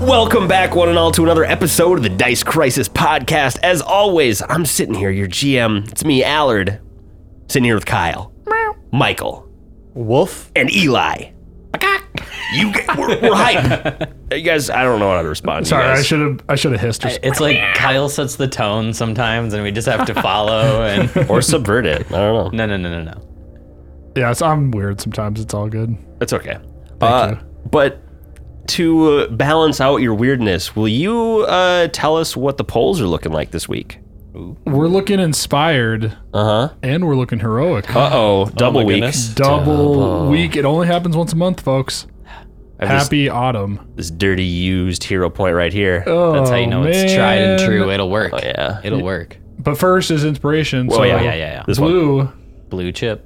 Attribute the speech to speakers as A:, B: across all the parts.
A: Welcome back, one and all, to another episode of the Dice Crisis Podcast. As always, I'm sitting here, your GM. It's me, Allard, sitting here with Kyle, Michael,
B: Wolf.
A: and Eli. You, g- we're, we're hype. You guys, I don't know how to respond. to you
B: Sorry, I
A: guys.
B: should have I should have hissed. Or something.
C: It's like Kyle sets the tone sometimes, and we just have to follow. And
A: or subvert it. I don't know.
C: no, no, no, no, no.
B: yeah, it's, I'm weird sometimes. It's all good.
A: It's okay. Uh, But to uh, balance out your weirdness, will you uh, tell us what the polls are looking like this week?
B: We're looking inspired. Uh huh. And we're looking heroic.
A: Uh oh, double
C: my
A: week.
C: goodness.
B: Double week. It only happens once a month, folks.
A: I have
B: Happy autumn.
A: This, this dirty used hero point right here.
B: Uh,
C: That's how you know it's tried and
B: Oh, man.
C: true. It'll work.
A: yeah.
C: it'll work.
B: But first is inspiration.
A: Whoa,
B: so
C: yeah, yeah, yeah, yeah.
A: This one.
B: Blue.
C: Blue chip.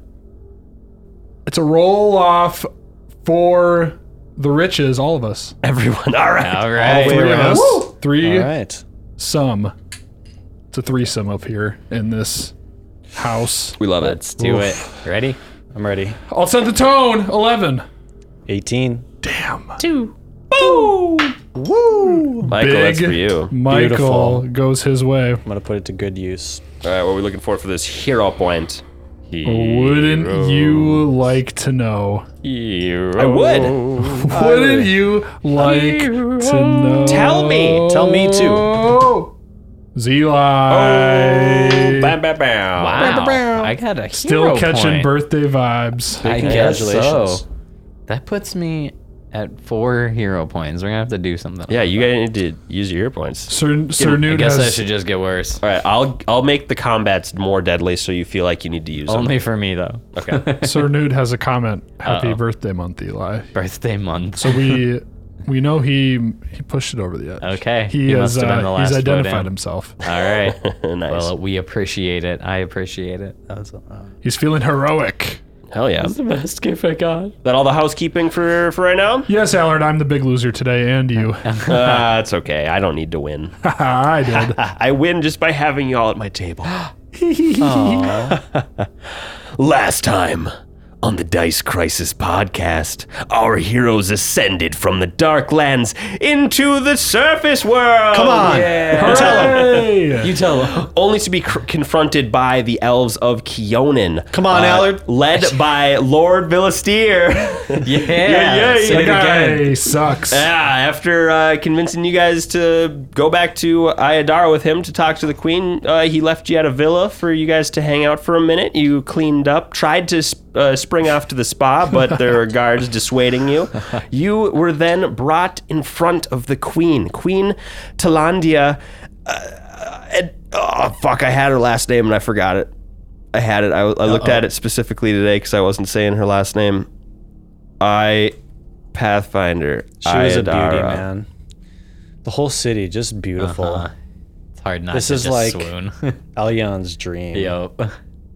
B: It's a roll off for the riches. All of us.
A: Everyone. All right.
C: All right.
B: Three of us. Three
D: All right.
B: sum. It's a threesome up here in this house.
A: We love
C: Let's do it. Ready?
D: I'm ready.
B: I'll set the tone. Eleven.
D: 18.
A: it. Michael, that's
B: Big
A: for you. All
B: Michael
D: Beautiful.
B: goes his way.
D: I'm going to put it to good use.
A: right, what are we looking for for this hero point?
B: Wouldn't you like to know?
A: I would.
B: Wouldn't you like to know?
A: Tell me.
D: Tell me too.
C: Oh.
B: Zeli.
A: Bam, bam, bam.
C: Wow. I got a
B: Still
C: hero
B: catching
C: point.
B: birthday vibes.
C: I guess
D: Congratulations.
C: so. That puts me at four hero points. We're gonna have to do something.
A: Yeah, you guys need to use your hero points.
B: Sir, Sir
C: I
B: Nude
C: guess
B: has.
C: that should just get worse.
A: All right, I'll I'll make the combats more deadly so you feel like you need to use them.
C: Only for me though.
A: Okay.
B: Sir Nude has a comment. Happy birthday month, Eli.
C: Birthday month.
B: So we we know he he pushed it over the edge.
C: Okay,
B: He,
C: he
B: has
C: must have been
B: uh,
C: the
B: he's
C: last vote
B: identified
C: in.
B: himself.
C: All right.
A: nice.
C: Well, we appreciate it. I appreciate it. That was, uh,
B: He's feeling heroic.
A: Hell yeah.
C: the best gift I got.
A: that all the housekeeping for for right now?
B: Yes, Allard, I'm the big loser today, and you.
A: Uh, it's okay. I don't need to win.
B: Ah, I did.
A: I win just by having y'all at my table. Last time on the Dice Crisis podcast, our heroes ascended from the dark lands into the surface world. Come on.
B: Hooray!
C: You tell him.
A: Only to be cr- confronted by the elves of Keonan.
D: Come on, Allard.
A: Led by Lord Vilisteer.
C: Yeah.
A: yeah,
C: Say
A: yeah.
C: it again.
B: Guy sucks.
A: yeah, after uh, convincing you guys to go back to Ayadara with him to talk to the queen, uh, he left you at a villa for you guys to hang out for a minute. You cleaned up, tried to sp- uh, spring off to the spa, but there were guards dissuading you. You were then brought in front of the queen, Queen Talandia. Uh, and, oh, fuck, I had her last name and I forgot it. I had it. I, I looked at it specifically today because I wasn't saying her last name. I Pathfinder.
D: She was a beauty,
A: Iodara.
D: man. The whole city, just beautiful.
C: Uh-huh. It's hard not
D: This
C: to
D: is
C: just
D: like-
C: swoon.
D: Alion's dream.
C: Yup.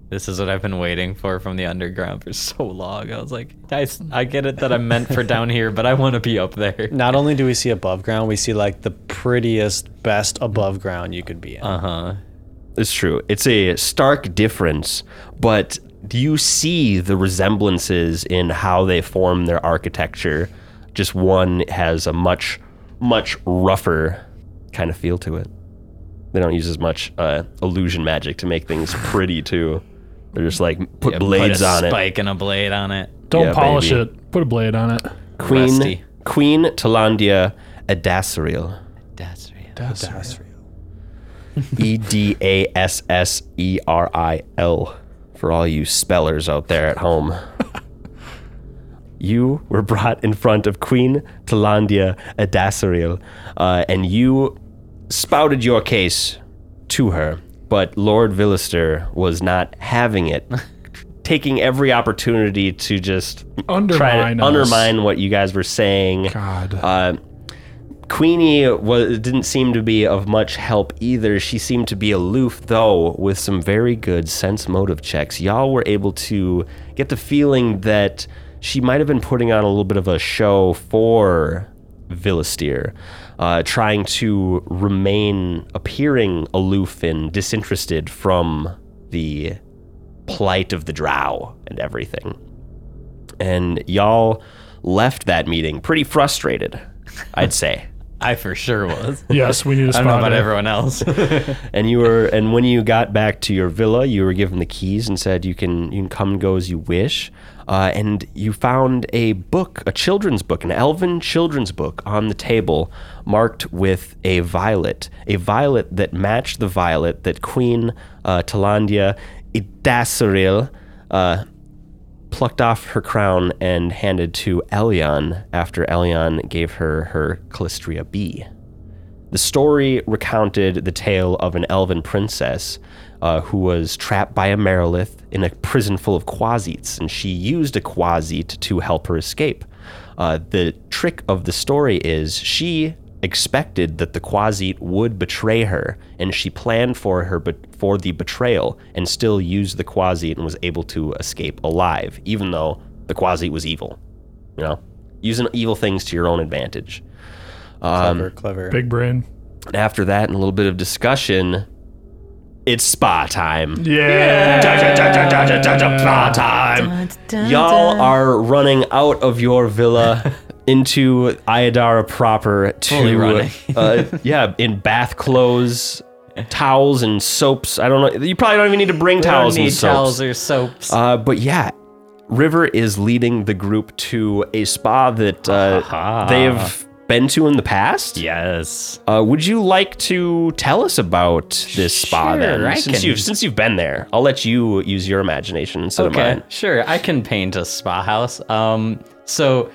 C: This is what I've been waiting for from the underground for so long. I was like, guys, I get it that I'm meant for down here, but I want to be up there.
D: Not only do we see above ground, we see like the prettiest, best above ground you could be in.
C: Uh
A: Uh-huh.
C: huh.
A: It's true. It's a stark difference, but do you see the resemblances in how they form their architecture? Just one has a much, much rougher kind of feel to it. They don't use as much uh, illusion magic to make things pretty, too. They're just like put blades
C: Put a
A: on it.
C: Spike and a blade on it.
B: Don't
A: Yeah,
B: polish
A: baby.
B: it. Put a blade on it.
A: Queen
C: Rusty.
A: Queen Talandia Adasriel.
C: That's real.
A: E D A S S E R I L for all you spellers out there at home. you were brought in front of Queen Talandia Adasriel, uh, and you spouted your case to her, but Lord Villister was not having it. Taking every opportunity to just try
B: Undermine
A: to
B: us.
A: undermine what you guys were saying.
B: God.
A: Uh, Queenie was, didn't seem to be of much help either. She seemed to be aloof, though, with some very good sense motive checks. Y'all were able to get the feeling that she might have been putting on a little bit of a show for Villisteer, uh, trying to remain appearing aloof and disinterested from the plight of the drow and everything and y'all left that meeting pretty frustrated, I'd say.
C: I for sure was.
B: Yes, we need to
C: I
B: spot
C: don't know about
B: it.
C: everyone else.
A: And you were, and when you got back to your villa, you were given the keys and said you can you can come and go as you wish. Uh, and you found a book, a children's book, an elven children's book on the table, marked with a violet, a violet that matched the violet that Queen uh, Talandia Idasiril uh, plucked off her crown and handed to Elion after Elion gave her her Calistria bee. The story recounted the tale of an elven princess uh, who was trapped by a Merilith in a prison full of quasites, and she used a quasit to help her escape. Uh, the trick of the story is she expected that the quasit would betray her, and she planned for her but for the betrayal, and still used the quasit and was able to escape alive, even though the quasit was evil. You know, using evil things to your own advantage.
D: Clever, clever.
B: Big brain.
A: And after that and a little bit of discussion, it's spa time.
B: Yeah.
A: Spa time. Y'all are running out of your villa into Iodara proper
C: Fully
A: to
C: running.
A: uh, yeah, in bath clothes, towels and soaps. I don't know. You probably don't even need to bring towels
C: Don't
A: and
C: need
A: soaps.
C: towels or soaps.
A: Uh, but yeah, River is leading the group to a spa that uh, they've been to in the past.
C: yes.
A: Uh, would you like to tell us about this spa then?
C: Sure, I
A: since
C: can-
A: you've since you've been there, I'll let you use your imagination instead of mine.
C: Sure, I can paint a spa house. Um, so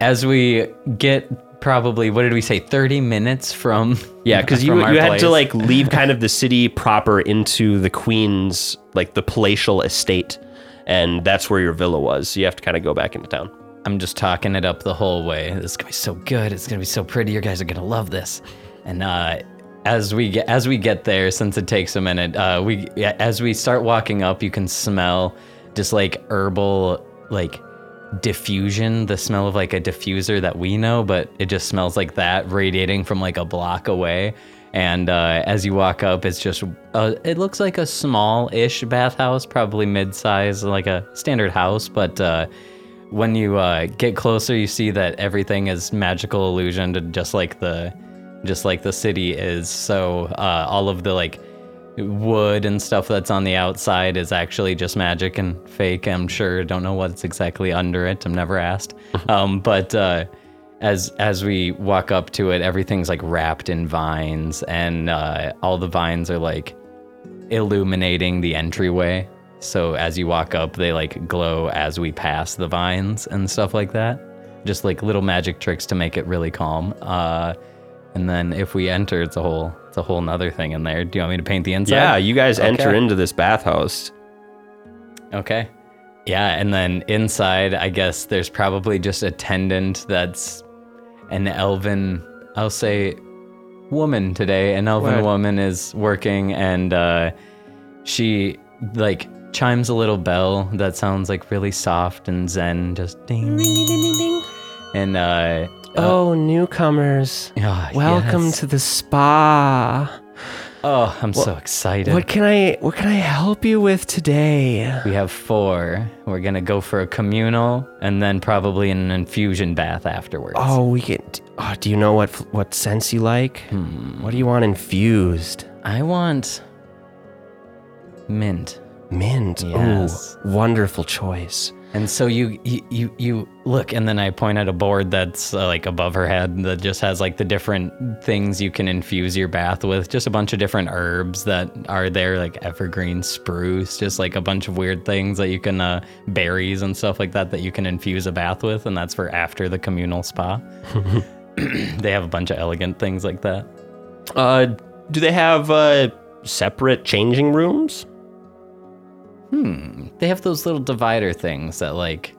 C: as we get probably what did we say, thirty minutes from
A: Yeah, because you
C: from our
A: you had to
C: place.
A: like leave kind of the city proper into the queen's like the palatial estate, and that's where your villa was. So you have to kind of go back into town.
C: I'm just talking it up the whole way. This is gonna be so good. It's gonna be so pretty. You guys are gonna love this. And uh, as we get as we get there, since it takes a minute, uh, we yeah, as we start walking up, you can smell just like herbal like diffusion, the smell of like a diffuser that we know, but it just smells like that radiating from like a block away. And uh, as you walk up, it's just uh, it looks like a small-ish bathhouse, probably mid-size, like a standard house, but. Uh, when you uh, get closer, you see that everything is magical illusion, to just like the, just like the city is. So uh, all of the like wood and stuff that's on the outside is actually just magic and fake. I'm sure. Don't know what's exactly under it. I'm never asked. um, but uh, as as we walk up to it, everything's like wrapped in vines, and uh, all the vines are like illuminating the entryway. So as you walk up, they like glow as we pass the vines and stuff like that. Just like little magic tricks to make it really calm. Uh, and then if we enter, it's a whole it's a whole nother thing in there. Do you want me to paint the inside?
A: Yeah, you guys enter
C: Okay.
A: into this bathhouse.
C: Okay. Yeah, and then inside, I guess there's probably just a attendant that's an elven, I'll say, woman today. An elven woman is working, and uh, she like chimes a little bell that sounds like really soft and zen, just ding, ding, ding, ding, ding, ding. and uh,
A: Oh, newcomers!
C: ah, yes.
A: to the spa.
C: Oh, I'm so excited.
A: can I what can I help you with today?
C: We have four. We're gonna go for a communal, and then probably an infusion bath afterwards.
A: Oh, we can. Oh, do you know what f- what sense you like? What do you want infused?
C: I want mint.
A: Mint.
C: Yes.
A: Ooh, wonderful choice.
C: And so you, you you you look, and then I point at a board that's uh, like above her head that just has like the different things you can infuse your bath with, just a bunch of different herbs that are there, like evergreen, spruce, just like a bunch of weird things that you can uh, berries and stuff like that that you can infuse a bath with, and that's for after the communal spa. they have a bunch of elegant things like that.
A: Uh, do they have uh separate changing rooms?
C: They have those little divider things that like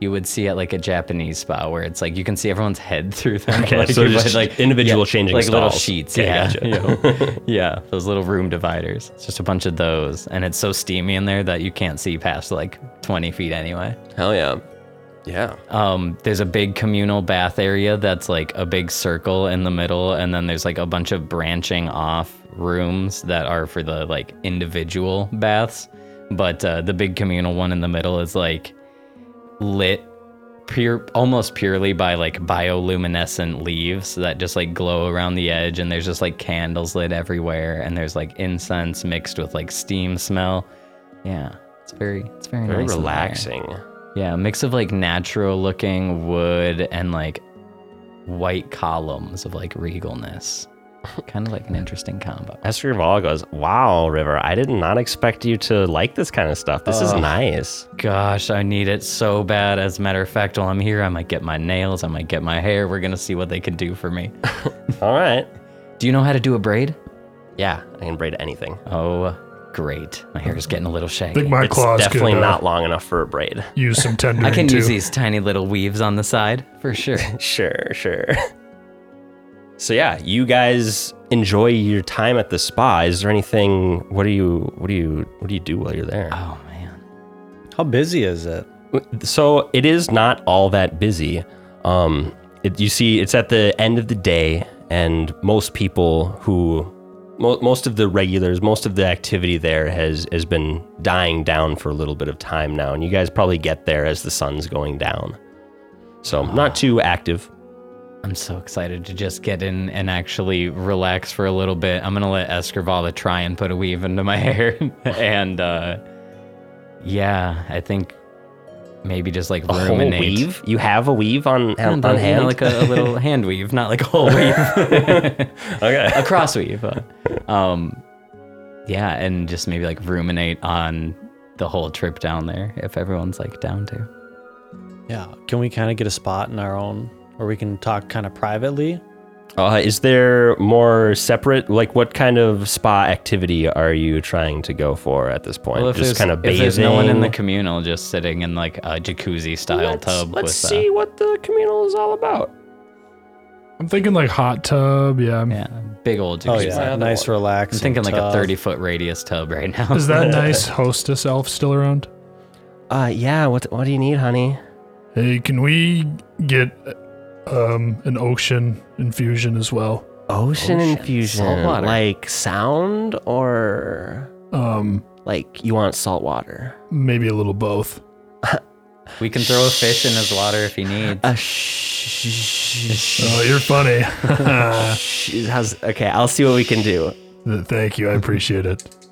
C: you would see at like a Japanese spa where it's like you can see everyone's head through them.
A: Okay,
C: like,
A: so
C: you
A: just
C: would,
A: individual changing
C: like little
A: stalls.
C: sheets.
A: Okay,
C: Yeah,
A: gotcha.
C: yeah. yeah, those little room dividers. It's just a bunch of those, and it's so steamy in there that you can't see past like 20 feet anyway.
A: Hell yeah. Yeah.
C: Um, there's a big communal bath area that's like a big circle in the middle, and then there's like a bunch of branching off rooms that are for the like individual baths. But uh, the big communal one in the middle is like lit pure, almost purely by like bioluminescent leaves that just like glow around the edge, and there's just like candles lit everywhere, and there's like incense mixed with like steam smell. Yeah, it's very, it's very,
A: Very
C: nice in there.
A: relaxing.
C: Yeah, a mix of like natural looking wood and like white columns of like regalness. kind of like an interesting combo.
A: Esther Val goes, Wow, River, I did not expect you to like this kind of stuff. This is nice.
C: Gosh, I need it so bad. As a matter of fact, while I'm here, I might get my nails, I might get my hair. We're gonna see what they can do for me.
A: All right.
C: do you know how to do a braid?
A: Yeah, I can braid anything.
C: Oh, great. My hair is getting a little shaggy.
B: think my
A: It's
B: claws
A: definitely
B: could uh,
A: not long enough for a braid.
B: use some tendering
C: I can
B: too.
C: use these tiny little weaves on the side for sure.
A: Sure, sure. So yeah, you guys enjoy your time at the spa. Is there anything? What do you? What do you? What do you do while you're there?
C: oh man.
D: How busy is it?
A: So it is not all that busy. Um, it, you see, it's at the end of the day, and most people who, mo- most of the regulars, most of the activity there has has been dying down for a little bit of time now, and you guys probably get there as the sun's going down. So not too active.
C: I'm so excited to just get in and actually relax for a little bit. I'm gonna let Escrivala try and put a weave into my hair, and uh, yeah, I think maybe just like
A: A whole
C: ruminate.
A: Oh, weave. You have a weave on
C: Yeah,
A: on, on
C: but, you know,
A: hand.
C: like a, a little hand weave, not like a whole weave,
A: okay.
C: a cross weave. uh, um, yeah, and just maybe like ruminate on the whole trip down there if everyone's like down to.
D: Yeah. Can we kind of get a spot in our own where we can talk kind of privately?
A: Uh, is there more separate? Like, what kind of spa activity are you trying to go for at this point?
C: Well, if
A: Just
C: there's,
A: kind of
C: if
A: bathing.
C: there's no one in the communal, just sitting in like a jacuzzi style tub.
A: Let's
C: with, uh,
A: see what the communal is all about.
B: I'm thinking like hot tub. Yeah.
C: Yeah, big old
D: Oh
C: jacuzzi.
D: yeah. Nice, relax.
C: I'm thinking like a 30 foot radius tub right now.
B: Is that nice hostess elf still around?
A: Uh, yeah. What What do you need, honey?
B: Hey, can we get um an ocean infusion as well?
A: Ocean, infusion,
C: Salt water.
A: like sound or
B: Um,
A: like you want salt water?
B: maybe a little both.
C: we can throw a fish in his water if he needs.
A: Uh, shh.
B: Oh, you're funny.
A: How's, okay, I'll see what we can do.
B: Thank you. I appreciate it.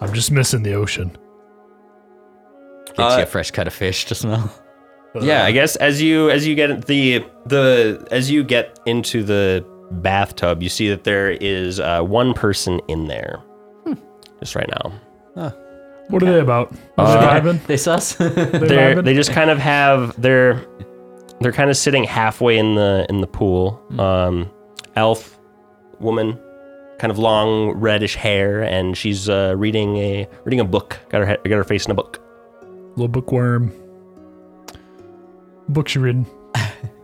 B: I'm just missing the ocean.
C: Gets
A: uh,
C: you a fresh cut of fish to smell.
A: yeah i guess as you as you get the the as you get into the bathtub you see that there is uh, one person in there just right now
B: What are they about?
C: Uh,
B: Are they vibing?
C: They sus.
B: They
A: they're
B: vibing?
A: they just kind of have they're they're kind of sitting halfway in the in the pool um elf woman kind of long reddish hair and she's uh, reading a reading a book got her head, got her face in a book
B: little bookworm. Books you reading?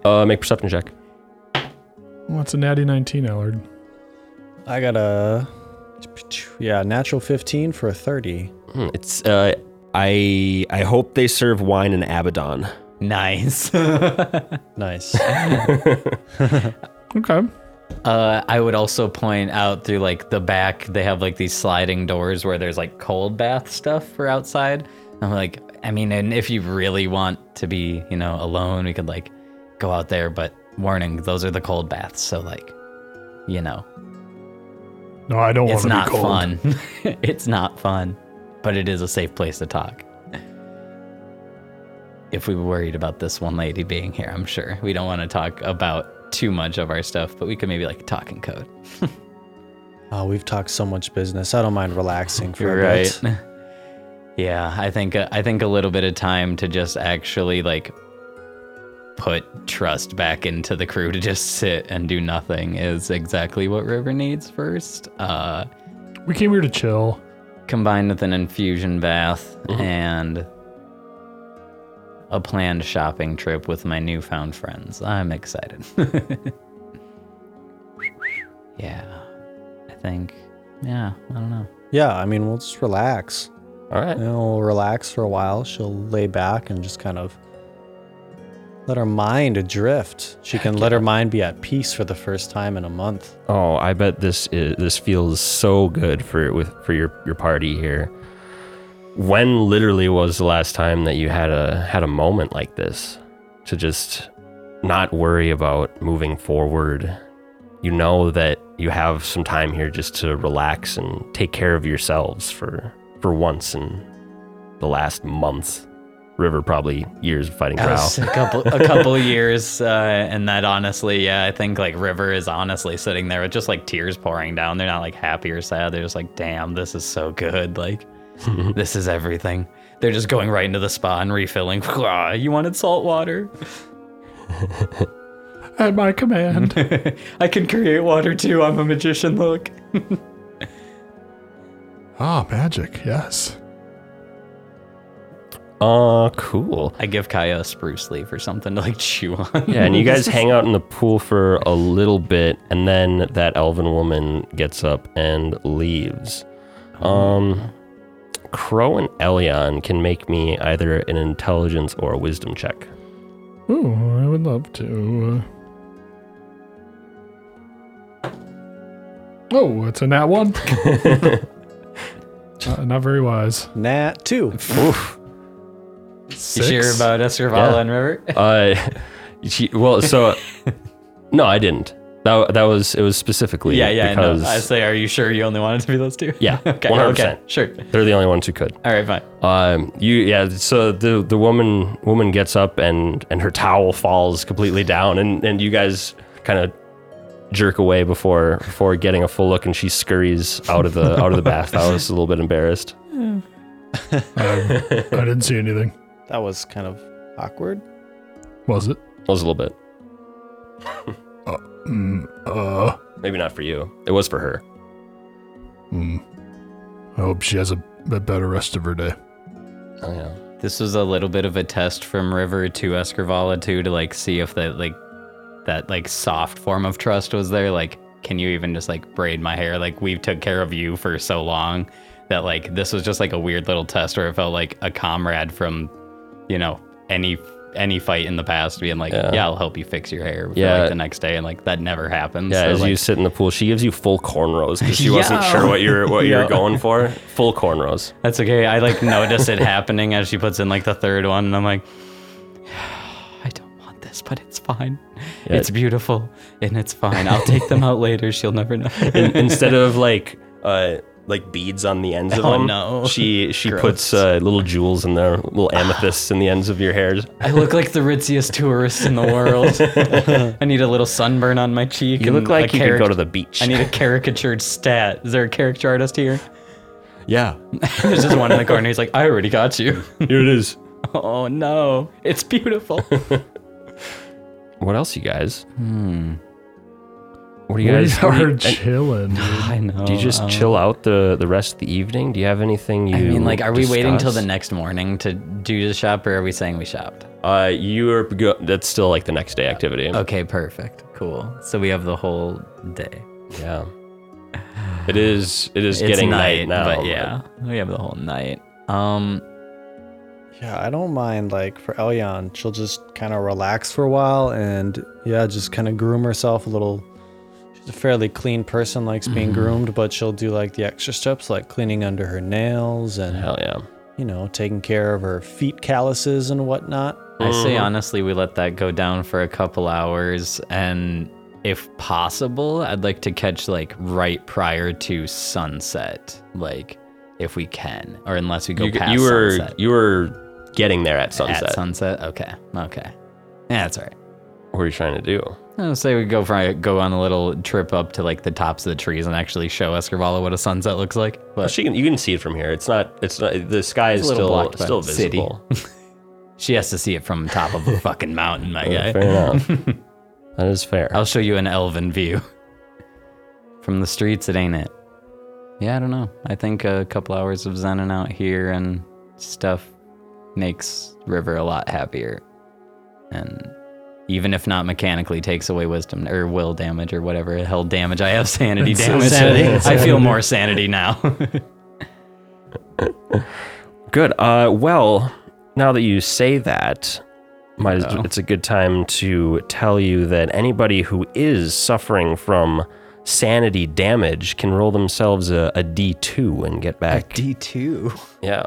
A: uh make perception check
B: What's Oh, a natty 19, Allard?
D: I got a yeah natural 15 for a 30.
A: Hmm, it's uh i i hope they serve wine in abaddon
C: nice. uh,
D: Nice.
B: Okay.
C: I would also point out through like the back, they have like these sliding doors where there's like cold bath stuff for outside. I'm like, I mean, and if you really want to be, you know, alone, we could like go out there, but warning, those are the cold baths. So, like, you know,
B: No, I don't want
C: It's
B: to
C: not
B: be cold.
C: fun. it's not fun, but it is a safe place to talk. If we were worried about this one lady being here, I'm sure we don't want to talk about too much of our stuff, but we could maybe like talk in code.
D: Oh, we've talked so much business. I don't mind relaxing for a bit.
C: yeah, I think uh, I think a little bit of time to just actually like put trust back into the crew to just sit and do nothing is exactly what River needs first. Uh,
B: We came here to chill.
C: combined with an infusion bath and a planned shopping trip with my newfound friends. I'm excited. yeah. I think yeah, I don't know.
D: Yeah, I mean we'll just relax.
A: all right
D: You know, we'll relax for a while. She'll lay back and just kind of let her mind adrift. She can let her mind be at peace for the first time in a month.
A: Oh, I bet this is, this feels so good for with for your your party here. When literally was the last time that you had a had a moment like this? to just not worry about moving forward. You know that you have some time here just to relax and take care of yourselves for for once in the last month. River probably years of fighting
C: That
A: Drow.
C: was a couple a couple years, uh, and that honestly, yeah, I think like River is honestly sitting there with just like tears pouring down. They're not like happy or sad. They're just like, damn, this is so good. Like, this is everything. They're just going right into the spa and refilling. you wanted salt water?
B: At my command.
C: I can create water too. I'm a magician. Look.
B: Ah, magic. Yes.
A: Uh cool.
C: I give Kaya a spruce leaf or something to like chew on.
A: Yeah, and you guys hang out in the pool for a little bit, and then that elven woman gets up and leaves.
C: Oh.
A: Um, Crow and Elion can make me either an intelligence or a wisdom check.
B: Ooh, I would love to. Oh, it's a nat one. Uh, not very wise.
D: Nat two.
C: You sure
B: Six?
C: about Escarvala
A: Yeah.
C: and River?
A: Uh, she, well, so no, I didn't. That that was it was specifically
C: Yeah, yeah.
A: because
C: no, I say, are you sure you only wanted to be those two?
A: Yeah,
C: okay.
A: 100%.
C: Okay. Sure.
A: they're the only ones who could.
C: All right. Fine.
A: Um, you yeah. So the the woman woman gets up and and her towel falls completely down, and and you guys kind of jerk away before before getting a full look, and she scurries out of the out of the bath. I was a little bit embarrassed.
B: I didn't see anything.
D: That was kind of awkward.
B: Was it?
A: It was a little bit.
B: Uh,
A: Maybe not for you. It was for her.
B: hmm. I hope she has a, a better rest of her day.
A: Oh yeah.
C: This was a little bit of a test from River to Escarvala too to like see if that like that like soft form of trust was there. Like, can you even just like braid my hair? Like we've took care of you for so long that like this was just like a weird little test where it felt like a comrade from, you know, any any fight in the past being like, Yeah, I'll help you fix your hair for,
A: Yeah.
C: like the next day and like that never happens.
A: Yeah,
C: So,
A: as
C: like,
A: you sit in the pool, she gives you full cornrows because she wasn't sure what you're what you're going for. Full cornrows.
C: That's okay. I like notice it happening as she puts in like the third one, and I'm like, I don't want this, but it's fine. It's beautiful and it's fine. I'll take them out later. She'll never know.
A: In- instead of like uh like beads on the ends of
C: Oh,
A: them.
C: no.
A: She she
C: Gross.
A: puts uh, little jewels in there, little amethysts in the ends of your hair.
C: I look like the ritziest tourist in the world. I need a little sunburn on my cheek.
A: You look like you could go to the beach.
C: I need a caricatured stat. Is there a caricature artist here?
A: yeah,
C: There's just one in the corner. He's like, I already got you.
A: here it is.
C: oh no, it's beautiful.
A: What else, you guys? Hmm. What do you
B: You
A: guys? what do you-
B: are
A: and
B: chilling.
C: I know.
A: do you just
C: um,
A: chill out the the rest of the evening? Do you have anything you?
C: I mean, like, are we waiting till the
A: discuss?
C: next morning to do the shop, or are we saying we shopped?
A: Uh, you're go- that's still like the next day activity.
C: Okay, perfect, cool. So we have the whole day.
A: Yeah. It is. It is getting night, now.
C: but yeah, we have the whole night. Um,
D: Yeah, I don't mind. Like for Elyon, she'll just kind of relax for a while and yeah, just kind of groom herself a little. She's a fairly clean person, likes being
C: Mm-hmm.
D: groomed, but she'll do like the extra steps, like cleaning under her nails and
A: Hell yeah.
D: you know taking care of her feet calluses and whatnot.
C: I say honestly, we let that go down for a couple hours, and if possible, I'd like to catch like right prior to sunset, like if we can, or unless we go
A: you,
C: past
A: you were
C: sunset.
A: you were getting there at sunset.
C: at sunset. Okay, okay, yeah, that's all right.
A: what are you trying to do?
C: I would say we go for go on a little trip up to like the tops of the trees and actually show Escarvala what a sunset looks like. But
A: She can, you can see it from here. It's not. It's not. The sky is
C: a little
A: still
C: blocked by
A: still
C: the city.
A: visible.
C: she has to see it from the top of a fucking mountain, my
A: Yeah, Oh, fair
C: guy.
A: enough. That is fair.
C: I'll show you an elven view from the streets. It ain't it. Yeah, I don't know. I think a couple hours of zenning out here and stuff makes River a lot happier, and even if not mechanically, takes away wisdom or will damage or whatever hell damage I have sanity damage.
D: sanity.
C: I feel more sanity now.
A: Good. Uh, well, now that you say that, might as
C: Uh-oh.
A: it's a good time to tell you that anybody who is suffering from sanity damage can roll themselves a, a D two and get back
C: D two.
A: Yeah.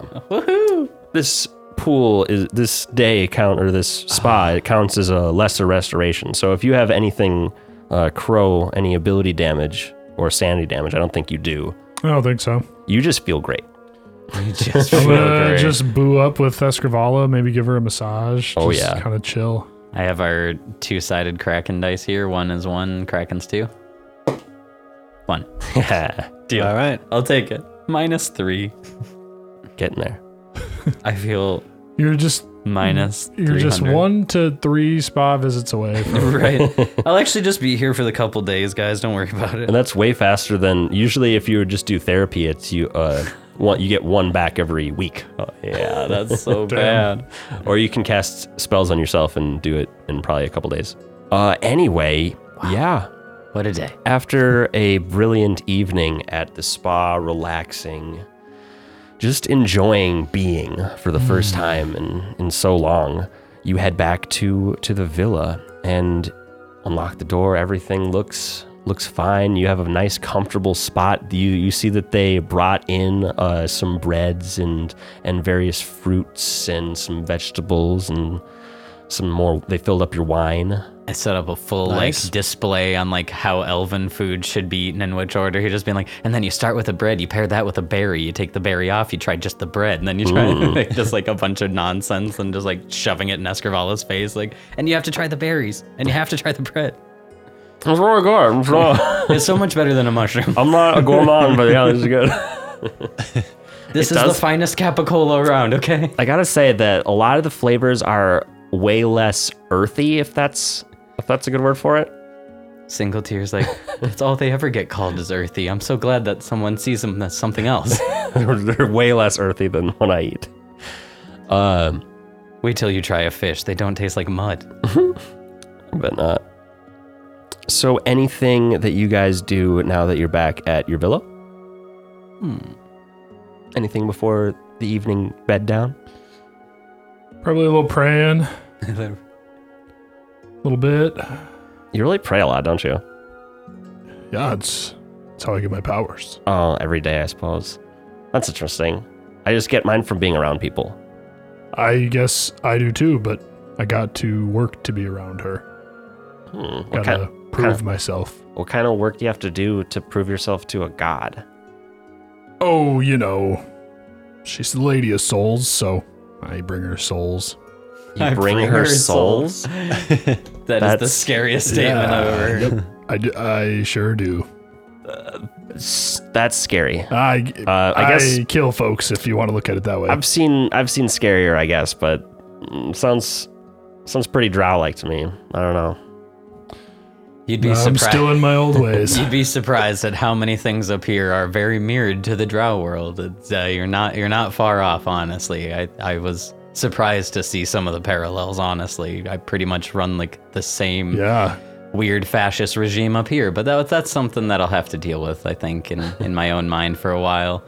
A: This pool is this day count or this spa it counts as a lesser restoration. So if you have anything uh, crow, any ability damage or sanity damage, I don't think you do.
B: I don't think so.
A: You just feel great.
C: Just
B: I'm
C: feel
B: gonna
C: great.
B: just boo up with Escrivala, maybe give her a massage.
A: Oh,
B: just
A: yeah.
B: Kind of chill.
C: I have our two sided Kraken dice here. One is one, Kraken's two. One. Deal.
D: All right.
C: I'll take it. Minus three.
A: Getting there.
C: I feel
B: You're just
C: minus
B: Mm, you're just
C: 300.
B: one to three spa visits away. From,
C: right. I'll actually just be here for the couple days, guys. Don't worry about it.
A: And that's way faster than usually if you would just do therapy, it's you uh one, you get one back every week.
C: Yeah, that's so
B: Damn.
C: bad.
A: Or you can cast spells on yourself and do it in probably a couple days. Uh anyway, yeah.
C: What a day.
A: After a brilliant evening at the spa, relaxing, just enjoying being for the first time in, in so long, you head back to to the villa and unlock the door. Everything looks looks fine. You have a nice, comfortable spot. You you see that they brought in uh, some breads and and various fruits and some vegetables and some more. They filled up your wine.
C: I set up a full
D: Nice.
C: like display on like how elven food should be eaten in which order. You're just being like, and then you start with a bread, you pair that with a berry, you take the berry off, you try just the bread, and then you try like, just like a bunch of nonsense and just like shoving it in Escarvala's face, like, and you have to try the berries, and you have to try the bread.
A: It's really good. It's really-
C: It's so much better than a mushroom.
A: I'm not a gourmand, but yeah, this is good.
C: This is the
A: does-
C: finest capicola around, okay?
A: I gotta say that a lot of the flavors are way less earthy, if that's if that's a good word for it.
C: Single tears, like that's all they ever get called is earthy. I'm so glad that someone sees them as something else.
A: they're, they're way less earthy than what I eat. Um,
C: Wait till you try a fish; they don't taste like mud.
A: but not. So, anything that you guys do now that you're back at your villa? Hmm. Anything before the evening bed down?
B: probably a little praying, a little bit.
A: You really pray a lot, don't you?
B: Yeah, it's it's how I get my powers.
A: Oh, every day, I suppose. That's interesting. I just get mine from being around people.
B: I guess I do too, but I got to work to be around her.
A: Hmm. What
B: Gotta
A: kind-
B: prove
A: kind of-
B: myself.
A: What kind of work do you have to do to prove yourself to a god?
B: Oh, you know, she's the lady of souls, so I bring her souls.
A: You
C: I
A: bring, her souls?
C: That's... the
A: That's-
C: scariest statement I've ever heard.
B: I, d- I sure do.
A: S- That's scary.
B: I,
A: Uh, I
B: I
A: guess-
B: kill folks if you want to look at it that way.
A: I've seen I've seen scarier, I guess, but mm, sounds sounds pretty drow like to me. I don't know.
C: You'd be
B: I'm
C: surprised.
B: still in my old ways.
C: You'd be surprised at how many things up here are very mirrored to the drow world. It's, uh, you're not you're not far off, honestly. I, I was surprised to see some of the parallels. Honestly, I pretty much run like the same
B: yeah.
C: weird fascist regime up here, but that, that's something that I'll have to deal with, I think, in, in my own mind for a while.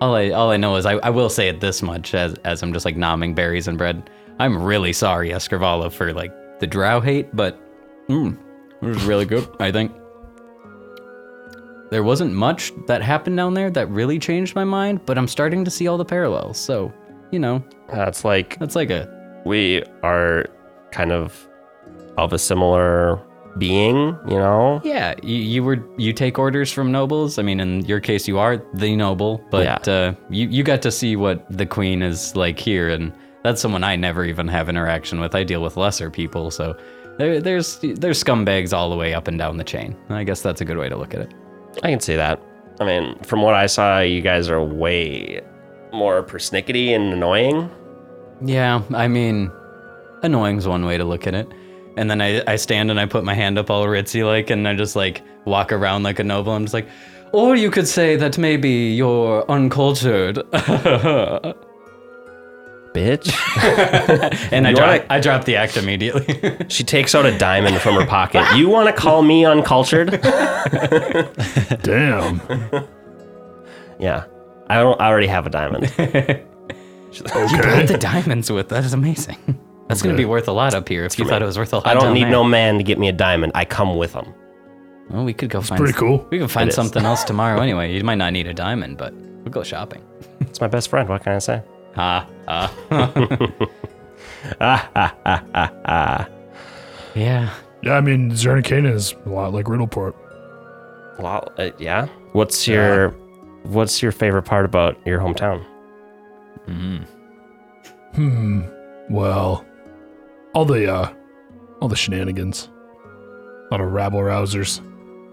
C: All I all I know is I, I will say it this much as as I'm just like nomming berries and bread. I'm really sorry, Escarvala, for like the drow hate, but mm, it was really good, I think. There wasn't much that happened down there that really changed my mind, but I'm starting to see all the parallels. So, you know,
A: That's like
C: that's like a
A: we are kind of of a similar being, you know.
C: yeah. You, you were you take orders from nobles. I mean, in your case, you are the noble, but uh, you you got to see what the queen is like here, and that's someone I never even have interaction with. I deal with lesser people, so there, there's there's scumbags all the way up and down the chain. I guess that's a good way to look at it.
A: I can see that. I mean, from what I saw, you guys are way more persnickety and annoying.
C: Yeah, I mean, annoying's one way to look at it. And then I, I stand and I put my hand up all ritzy like, and I just like walk around like a noble. I'm just like, or you could say that maybe you're uncultured. and
A: Bitch.
C: I
A: You
C: drop,
A: wanna-
C: I drop the act immediately.
A: she takes out a diamond from her pocket. You want to call me uncultured?
B: Damn.
A: Yeah. I don't I already have a diamond.
C: you brought
B: Okay.
C: the diamonds with. That is amazing. That's gonna be worth a lot up here. If you thought it was worth a lot,
A: I don't
C: down
A: need
C: there.
A: no man to get me a diamond. I come with them.
C: Well, we could go find.
B: Pretty cool.
C: We can find
A: is.
C: something else tomorrow anyway. You might not need a diamond, but we'll go shopping.
A: It's my best friend. What can I say?
C: ha ha. yeah.
B: Yeah, I mean, Zernicaden is a lot like Riddleport.
A: Well, uh, yeah. What's your What's your favorite part about your hometown?
B: Hmm. Well, all the uh, all the shenanigans, a lot of rabble rousers,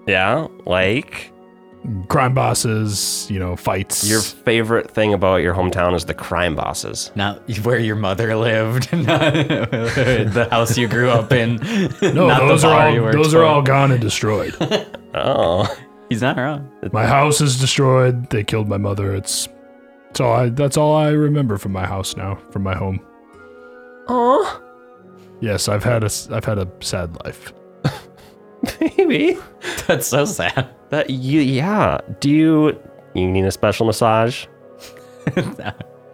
A: Yeah, like
B: crime bosses, you know, fights.
A: your favorite thing about your hometown is the crime bosses.
C: Not where your mother lived, not the house you grew up in.
B: no,
C: not
B: those
C: the bar
B: are
C: you
B: all
C: worked
B: those are
C: for.
B: all gone and destroyed.
A: Oh,
C: He's not wrong.
B: my house is destroyed. They killed my mother. It's it's all I, that's all I remember from my house now, from my home.
A: oh,
B: Yes, I've had a s- I've had a sad life.
A: baby.
C: That's so sad.
A: That you, yeah. Do you you need a special massage?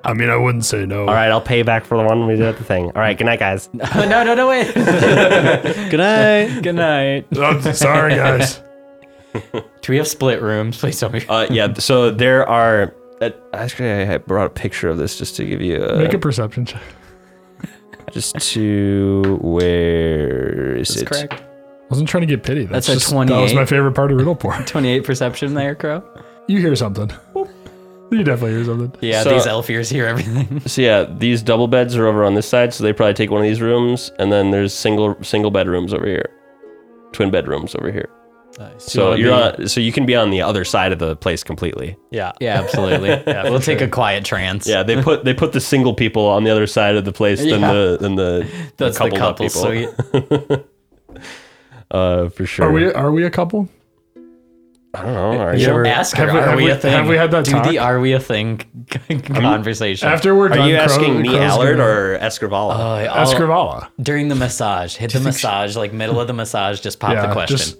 B: I mean, I wouldn't say no.
A: All right, I'll pay back for the one we did at the thing. All right, good night, guys.
C: no, no, no, wait.
D: Good night.
C: Good night.
B: I'm sorry, guys.
C: Do we have split rooms? Please tell me.
A: Uh, yeah. So there are. That, actually, I had brought a picture of this just to give you a,
B: Make a perception check.
A: just to where is it?
B: wasn't trying to get pity. That's,
C: That's a
B: just, That was
C: 28.
B: my favorite part of Riddleport.
C: 28 perception there, Crow.
B: You hear something. You definitely hear something.
C: Yeah,
A: So-
C: these elf ears hear everything.
A: So yeah, these double beds are over on this side, so they probably take one of these rooms, and then there's single single bedrooms over here, twin bedrooms over here. So
D: wanna
A: you are
D: be-
A: on, so you can be on the other side of the place completely.
D: Yeah.
C: Yeah, absolutely. we'll take a quiet trance.
A: Yeah, they put they put the single people on the other side of the place than
C: Yeah.
A: the than the, the
C: That's the
A: coupled up
C: couple
A: people.
C: suite.
A: Uh, for sure.
B: Are we are we a couple?
A: I don't know. Are you?
C: You
B: ever-
C: ask her,
B: have we-
C: are
B: have
C: we,
B: we-
C: a thing?
B: have we had that
C: Do
B: talk?
C: the are we a thing conversation.
B: After we're
A: Are
B: done,
A: you
B: Crow-
A: asking me,
B: Crow's
A: Allard,
B: gonna-
A: or Escrivala?
C: Oh, I'll-
B: ask Gravala?
C: during the massage, hit the massage, like middle of the massage, just pop the question.
B: just-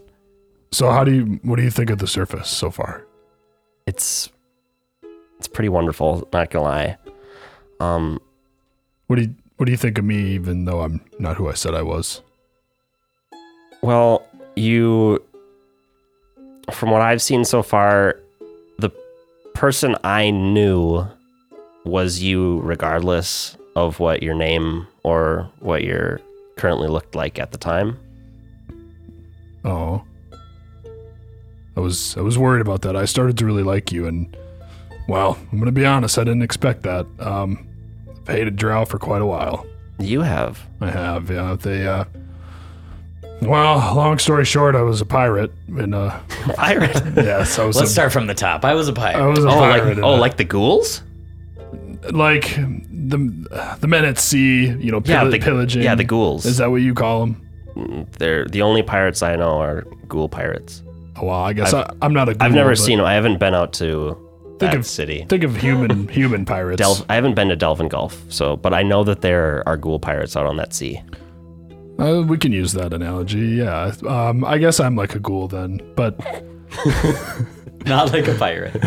B: so how do you? What do you think of the surface so far?
A: it's it's pretty wonderful. Not gonna lie. Um,
B: What do you What do you think of me? Even though I'm not who I said I was.
A: Well, you, from what I've seen so far, the person I knew was you, regardless of what your name or what you're currently looked like at the time.
B: Oh, I was I was worried about that. I started to really like you, and well, I'm gonna be honest. I didn't expect that. Um, I've hated Drow for quite a while.
A: You have.
B: I have, yeah. They, uh, well, long story short, I was a pirate, and uh,
A: Pirate.
B: yes, I was.
C: Let's
B: a,
C: start from the top. I was a pirate.
B: I was a
A: Oh,
B: pirate.
A: like
B: and
A: oh,
B: a-
A: like the ghouls.
B: like the the men at sea, you know,
A: Yeah,
B: pil-
A: the-
B: pillaging.
A: yeah, the ghouls. Mm,
B: Is that what you call them?
A: They're the only pirates I know are ghoul pirates.
B: Oh, well, I guess I've, I, am not a. Ghoul,
A: I've never
B: but
A: seen. I haven't been out to
B: Think
A: that
B: of-
A: city.
B: Think of human human pirates.
A: Delv, I haven't been to Delvin Gulf, so but I know that there are ghoul pirates out on that sea.
B: Uh, we can use that analogy. Yeah. Um, I guess I'm like a ghoul then, but
C: Not like a pirate.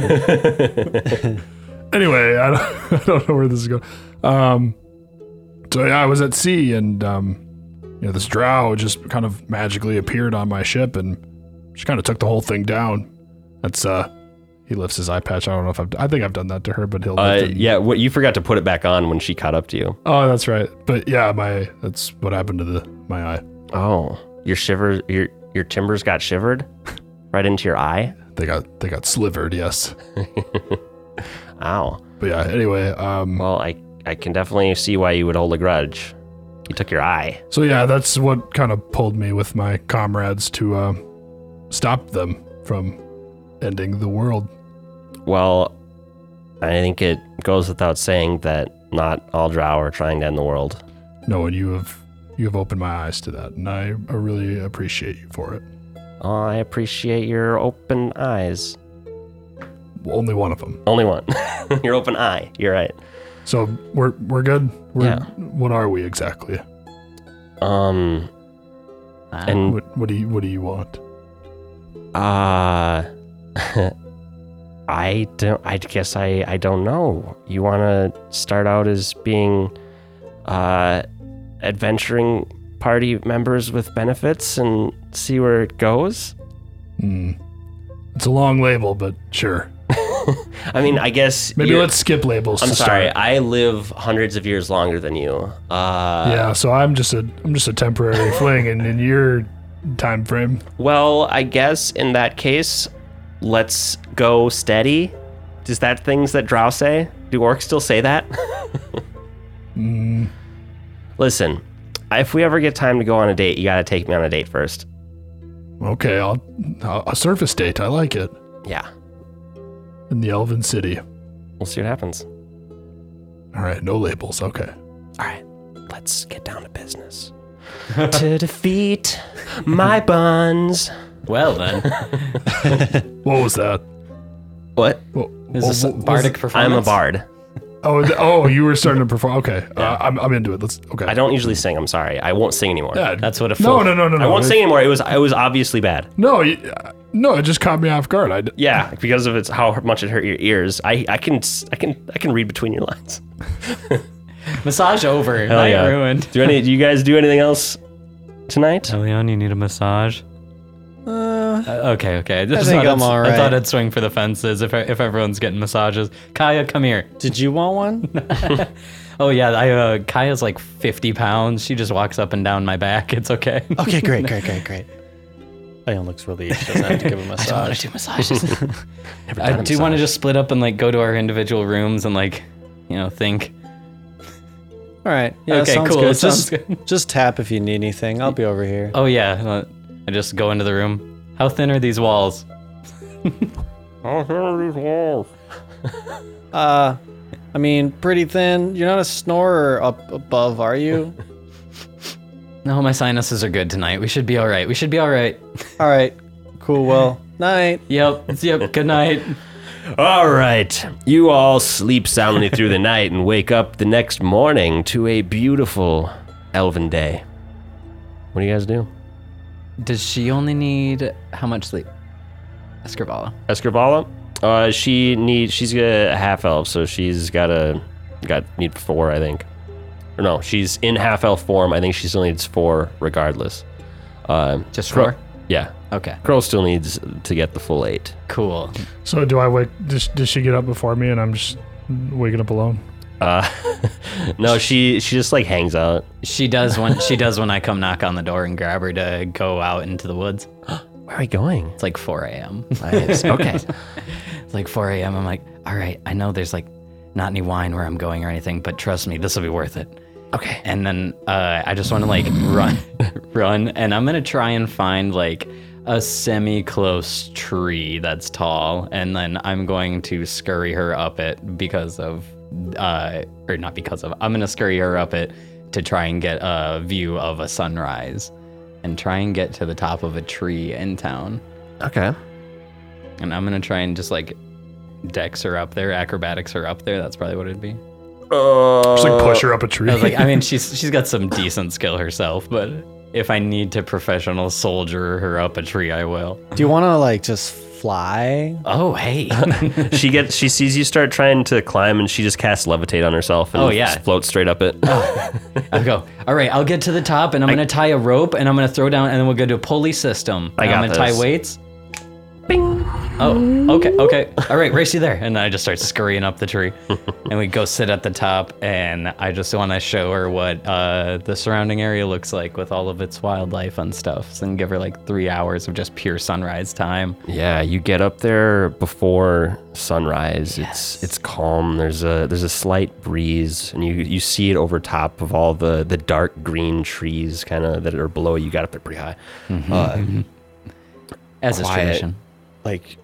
B: anyway, I don't, I don't know where this is going. Um, so yeah, I was at sea, and um, you know, this drow just kind of magically appeared on my ship, and she kind of took the whole thing down. That's uh, he lifts his eye patch. I don't know if I've, I think I've done that to her, but he'll.
A: Uh,
B: lift it.
A: yeah, what you forgot to put it back on when she caught up to you.
B: Oh, that's right. But yeah, my that's what happened to the my eye.
A: Oh, your shivers, your your timbers got shivered right into your eye.
B: They got they got slivered. Yes.
A: Ow.
B: But yeah. Anyway. Um.
A: Well, I I can definitely see why you would hold a grudge. You took your eye.
B: So yeah, that's what kind of pulled me with my comrades to uh, stop them from ending the world.
A: Well, I think it goes without saying that not all drow are trying to end the world.
B: No, and you have you have opened my eyes to that, and I, I really appreciate you for it.
A: Oh, I appreciate your open eyes.
B: Only one of them.
A: Only one. your open eye. You're right.
B: So we're we're good. We're,
A: Yeah.
B: What are we exactly?
A: Um,
C: Ah.
A: and
B: What what do you what do you want?
A: Uh I don't I guess I I don't know. You want to start out as being uh adventuring party members with benefits and see where it goes?
B: Hmm. It's a long label, but sure.
A: I mean, I guess
B: Maybe
A: you're-
B: let's skip labels.
A: I'm
B: to
A: sorry. uh,
B: Start.
A: I live hundreds of years longer than you. Uh,
B: yeah, so I'm just a I'm just a temporary fling, and in your time frame,
A: Well, I guess in that case, let's go steady. Is that things that Drow say? Do orcs still say that?
B: Mm.
A: Listen, if we ever get time to go on a date, you gotta take me on a date first.
B: okay, I'll, I'll a surface date. I like it
A: Yeah,
B: in the Elven City.
A: we'll see what happens.
B: All right, no labels. Okay.
A: All right, let's get down to business. to defeat my buns.
C: Well then,
B: What was that?
A: What?
B: What,
C: is this a
B: what- what was-
C: bardic
A: I'm
C: performance?
A: a bard.
B: Oh, th- oh, you were starting to perform. Okay, uh, I'm, I'm into it. Let's. Okay.
A: I don't usually sing. I'm sorry. I won't sing anymore.
B: Yeah,
C: That's what a
B: No,
C: full-
B: no, no, no, no.
A: I won't
B: it-
A: sing anymore. It was. It was obviously bad.
B: No, you, uh, no, it just caught me off guard. I d-
A: Yeah, because of its how much it hurt your ears. I, I can s- I can I can read between your lines.
C: Massage over.
A: Hell
C: Night
A: yeah.
C: ruined.
A: Do any do you guys do anything else tonight?
C: Elion, you need a massage.
D: Uh,
C: Uh, okay, okay. I, just
D: think
C: thought I'd-
D: I'm all
C: I thought
D: right.
C: I'd swing for the fences if, if everyone's getting massages. Kaya, come here.
D: did you want one?
C: Oh yeah, I uh, Kaya's like 50 pounds. She just walks up and down my back. It's okay.
D: Okay, great, great, great, great. Leon looks relieved. She doesn't have to give him a
C: I don't want
D: massage.
C: to do massages.
A: done a
C: I do want to
A: massage.
C: just split up and like go to our individual rooms and like, you know, think.
D: All right. Yeah,
C: Okay,
D: sounds
C: cool,
D: Good.
C: sounds
D: Just,
C: good.
D: just tap if you need anything. I'll be over here.
C: Oh yeah, uh, I just go into the room. How thin are these walls?
D: Uh, I mean, pretty thin. You're not a snorer up above, are you?
C: No, my sinuses are good tonight. We should be all right. We should be all right.
D: All right. Cool. Well, night.
C: Yep. Yep. Good night.
A: All right. You all sleep soundly through the night and wake up the next morning to a beautiful elven day. What do you guys do?
C: Does she only need how much sleep? Escrivala.
A: Escrivala? Uh, she needs she's a half elf, so she's got a got need four, I think. Or no, she's in half elf form. I think she still needs four regardless. Uh,
C: Just
A: Cro-
C: four.
A: Yeah.
C: Okay.
A: Curl still needs to get the full eight.
C: Cool.
B: So do I wake? Does, does she get up before me, and I'm just waking up alone?
A: Uh, no, she she just like hangs out.
C: She does when she does when I come knock on the door and grab her to go out into the woods.
A: Where are we going?
C: It's like 4 a.m.
A: okay.
C: It's like 4 a.m. I'm like, all right, I know there's like not any wine where I'm going or anything, but trust me, this will be worth it.
A: Okay.
C: And then uh, I just want to like run, run, and I'm gonna try and find like a semi-close tree that's tall, and then I'm going to scurry her up it because of, uh, or not because of. I'm gonna scurry her up it to try and get a view of a sunrise, and try and get to the top of a tree in town.
A: Okay.
C: And I'm gonna try and just like decks her up there, acrobatics her up there. That's probably what it'd be.
B: Just like push her up a tree.
C: Uh, I was like, I mean, she's she's got some decent skill herself, but if I need to professional soldier her up a tree, I will.
D: Do you want to like just fly?
C: Oh hey,
A: she gets she sees you start trying to climb and she just casts levitate on herself and
C: Oh, yeah.
A: floats straight up it.
C: I go. All right, I'll get to the top, and I'm gonna tie a rope, and I'm gonna throw down, and then we'll go to a pulley system.
A: I got
C: and I'm gonna
A: this.
C: tie weights. Bing. Oh, okay, okay. All right, race you there, and I just start scurrying up the tree, and we go sit at the top, and I just want to show her what uh, the surrounding area looks like with all of its wildlife and stuff, and give her like three hours of just pure sunrise time.
A: yeah, you get up there before sunrise. It's it's calm. There's a there's a slight breeze and you you see it over top of all the the dark green trees kind of that are below you. Got up there pretty high. Uh,
C: As is
A: Quiet.
C: tradition.
A: like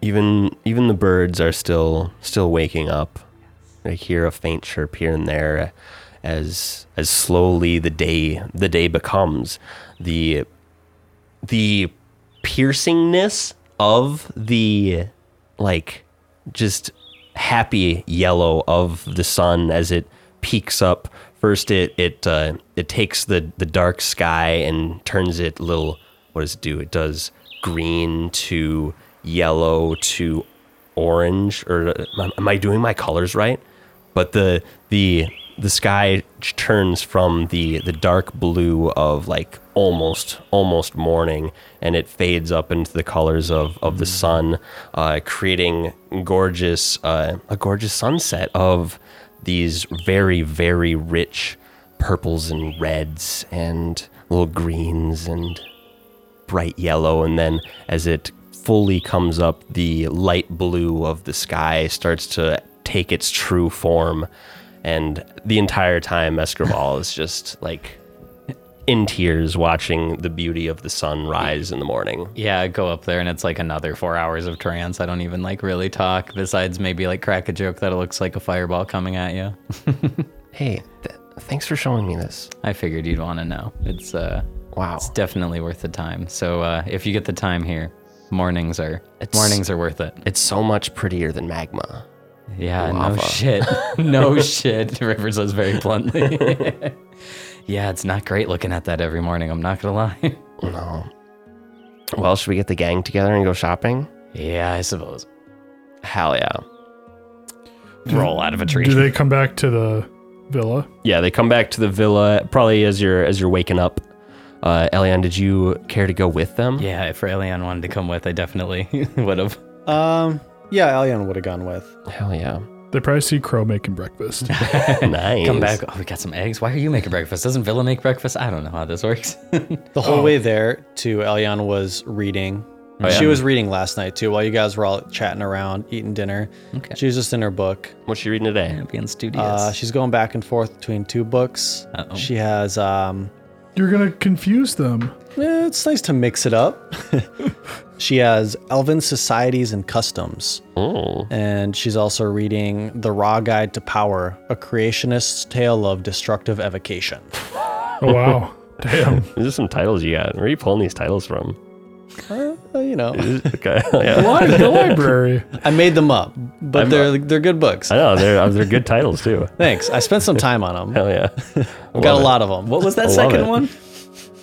A: even even the birds are still still waking up. I hear a faint chirp here and there as as slowly the day the day becomes the the piercingness of the like just happy yellow of the sun as it peaks up first it it uh, it takes the the dark sky and turns it a little what does it do it does green to yellow to orange or am I doing my colors right but the the the sky ch- turns from the the dark blue of like almost almost morning and it fades up into the colors of of the sun uh, creating gorgeous uh, a gorgeous sunset of these very very rich purples and reds and little greens and bright yellow, and then as it fully comes up, the light blue of the sky starts to take its true form. And the entire time, Escarval is just like in tears watching the beauty of the sun rise in the morning.
C: Yeah, I go up there and it's like another four hours of trance. I don't even like really talk besides maybe like crack a joke that it looks like a fireball coming at you.
A: Hey, th- thanks for showing me this.
C: I figured you'd want to know. It's uh,
A: Wow.
C: it's definitely worth the time. So uh, if you get the time here, mornings are
A: It's-
C: mornings are worth it.
A: It's so much prettier than magma.
C: Yeah,
A: Lava.
C: no shit. No shit. River says very bluntly. yeah, it's not great looking at that every morning. I'm not gonna lie.
A: No. Well, should we get the gang together and go shopping?
C: yeah, I suppose.
A: Hell yeah.
C: Roll out of a
B: Do
C: tree.
B: they come back to the villa?
A: yeah, they come back to the villa probably as you're as you're waking up. Uh, Elian, did you care to go with them?
C: Yeah, if Raelian wanted to come with, I definitely would have.
D: Um, yeah, Elion would have gone with.
A: Hell yeah.
B: They probably see Crow making breakfast.
A: nice.
C: Come back. Oh, we got some eggs. Why are you making breakfast? Doesn't Villa make breakfast? I don't know how this works.
D: The whole way there to Elion was reading. She was reading last night too, while you guys were all chatting around, eating dinner.
C: Okay.
D: She was just in her book.
A: What's she reading today?
C: Yeah, being studious.
D: Uh, she's going back and forth between two books.
C: Uh-oh.
D: She has. Um,
B: You're gonna confuse them.
D: eh, it's nice to mix it up. she has Elven Societies and Customs,
A: Oh.
D: and she's also reading The Raw Guide to Power: A Creationist's Tale of Destructive Evocation.
B: Oh wow. Damn.
A: These are some titles you got. Where are you pulling these titles from?
D: Uh, you know,
A: Is- okay. yeah.
B: Why the library?
D: I made them up, but
A: I'm,
D: they're they're good books.
A: I know, they're uh, they're good titles too.
D: Thanks. I spent some time on them.
A: Hell yeah.
D: Got
A: Love
D: a
A: it.
D: lot of them.
C: what was that
A: love
C: second
A: it.
C: one?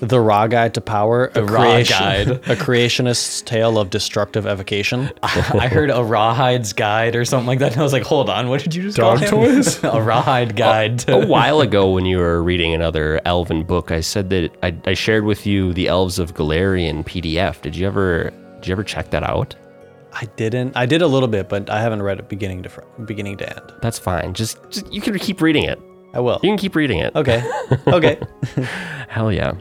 D: The Raw Guide to Power, a,
C: Raw
D: creation,
C: Guide.
D: a creationist's tale of destructive evocation.
C: I heard a rawhide's guide or something like that. And I was like, hold on, what did you just
B: Dog
C: call him? toys? a rawhide guide. to-
D: Oh,
A: a while ago when you were reading another elven book, I said that I, I shared with you the Elves of Galarian PDF. Did you ever did you ever check that out?
D: I didn't. I did a little bit, but I haven't read it beginning to fr- beginning to end.
A: That's fine. Just, just you can keep reading it.
D: I will.
A: You can keep reading it.
D: Okay. Okay.
A: Hell yeah.